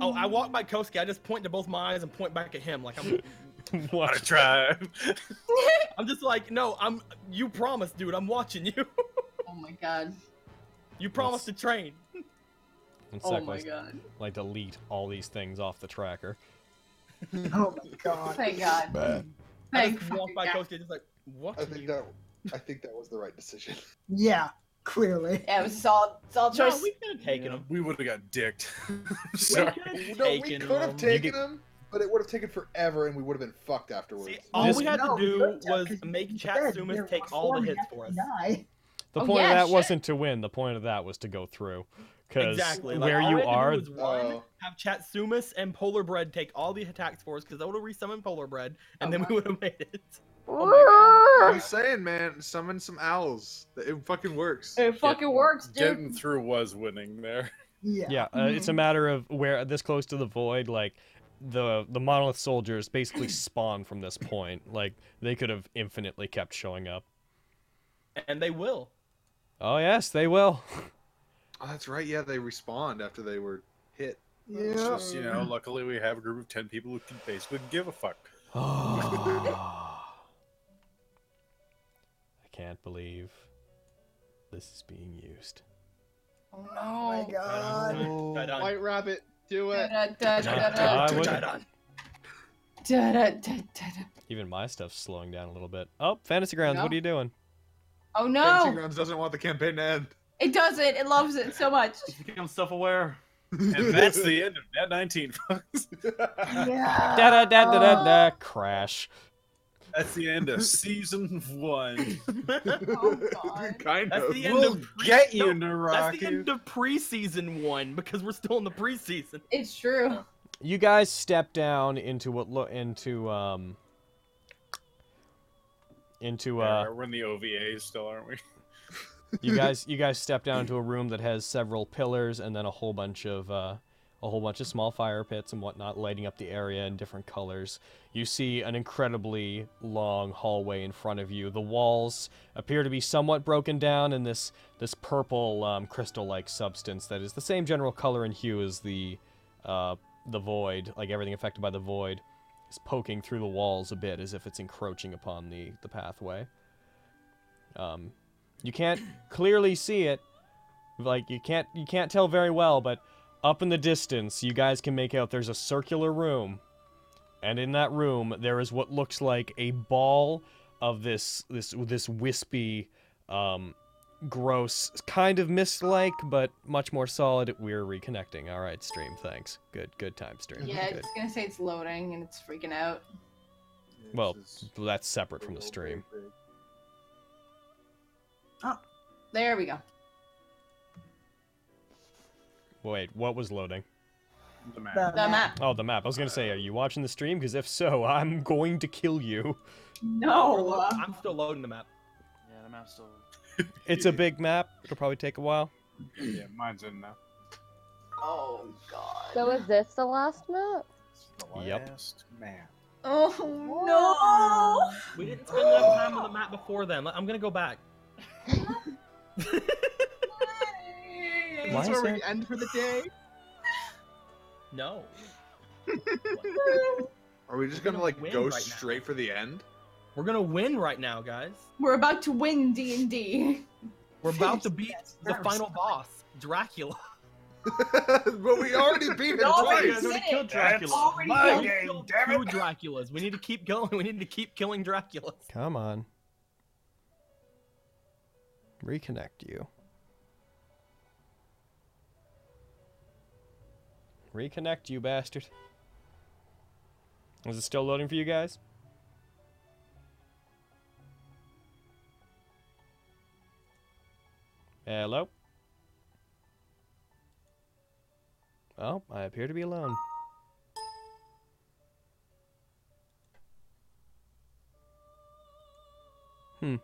Oh, I walk by Kosuke. I just point to both my eyes and point back at him, like I'm.
<laughs>
<laughs>
what
a try.
I'm just like, no, I'm. You promised, dude. I'm watching you. <laughs>
Oh my god.
You promised to train.
And
Oh my
Sekles,
God.
Like delete all these things off the tracker.
Oh my god.
Thank God.
I
Thank
just walk
fucking
by
God.
Kosuke, just like, what?
I think that I think that was the right decision. <laughs>
Yeah, clearly.
Yeah, it was solid, solid
No,
choice.
we could have taken him.
We would have got
<laughs>
dicked. Sorry.
no, we
Taken
could have
him.
taken
You get-
him, but it would have taken forever, and we would have been fucked afterwards.
All
This-
we had
No,
to do
good job,
was
'cause you
make
said there
Chatsumas
were
take all
four
the hits
left
for
to
us.
die.
The
Oh,
point
yeah,
of that
shit.
wasn't to win. The point of that was to go through. Because
Exactly. Like,
where
all
you
we
are,
had to do was one,
Uh,
Oh.
have Chatsumas and Polar Bread take all the attacks for us because that would have resummoned Polar Bread, and then we would have <laughs> made it. <laughs>
I'm saying, man, summon some owls. It fucking works.
It fucking works, dude.
Getting through was winning there.
Yeah.
yeah,
Mm-hmm.
uh, it's a matter of where this close to the void, like the the monolith soldiers
<clears throat>
basically spawn from this point. Like they could have infinitely kept showing up.
And they will.
Oh yes, they will. <laughs>
Oh, that's right. Yeah, they respawned after they were hit.
Yeah.
It's just, you know, luckily we have a group of 10 people who can basically give a fuck.
I can't believe this is being used.
Oh
Oh
no.
my god.
White rabbit, do it.
Da, da, da, da,
I would-
da, da, da, da.
Even my stuff's slowing down a little bit. Oh, Fantasy Grounds, what
No.
are you doing?
Oh
Fantasy
no!
Grounds doesn't want the campaign to end.
It doesn't. It loves it so much.
Become
<laughs>
self-aware.
<laughs>
<laughs>
And that's the end of Net 19, folks. <laughs>
Yeah.
Da da da da da
Oh.
da. Crash.
That's the end of season
<laughs>
one.
Oh god.
kind
That's
of.
the end
We'll
of pre-
get you,
no, That's the
Naraki.
end of preseason one because we're still in the preseason.
It's true.
You guys step down into what look into um into uh
Yeah, we're in the OVA still, aren't we?
you guys you guys step down into a room that has several pillars and then a whole bunch of uh, a whole bunch of small fire pits and whatnot lighting up the area in different colors you see an incredibly long hallway in front of you the walls appear to be somewhat broken down in this this purple um, crystal like substance that is the same general color and hue as the uh, the void like everything affected by the void is poking through the walls a bit as if it's encroaching upon the the pathway um, you can't <coughs> clearly see it. Like you can't you can't tell very well, but up in the distance, you guys can make out there's a circular room. And in that room, there is what looks like a ball of this this this wispy um gross, kind of mist-like, but much more solid. We're reconnecting. All right, stream. Thanks. Good, good time stream.
Yeah,
good.
it's gonna say it's loading and it's freaking out.
<laughs> Well, that's separate from the stream.
Oh, there we go.
Wait, what was loading? The
map. The map.
Oh, the map. I was gonna say, are you watching the stream? Because if so, <laughs> I'm going to kill you.
No. uh,
I'm still loading the map.
Yeah, the map's still.
It's a big map. It'll probably take a while.
yeah, mine's in now.
Oh god.
So is this the last map?
Yep.
Last map.
Oh
We didn't spend enough time on the map before then. Like, I'm gonna go back. <laughs>
Is
Why
this
is
where we
that-
end for the day?
No.
Are we just
We're
gonna
gonna
like
win
go
right now.
straight for the end? <laughs>
We're gonna win right now, guys.
We're about to win D and D.
We're about to beat the
first.
final boss, Dracula.
but we already
<laughs>
beat him
No, we
twice.
didn't.
already killed
That's
Dracula.
already My killed.
<laughs> We killed two Draculas. We need to keep going. We need to keep killing Draculas.
Come on. Reconnect you. Reconnect you bastard. Is it still loading for you guys? Hello? Oh, I appear to be alone. Hmm.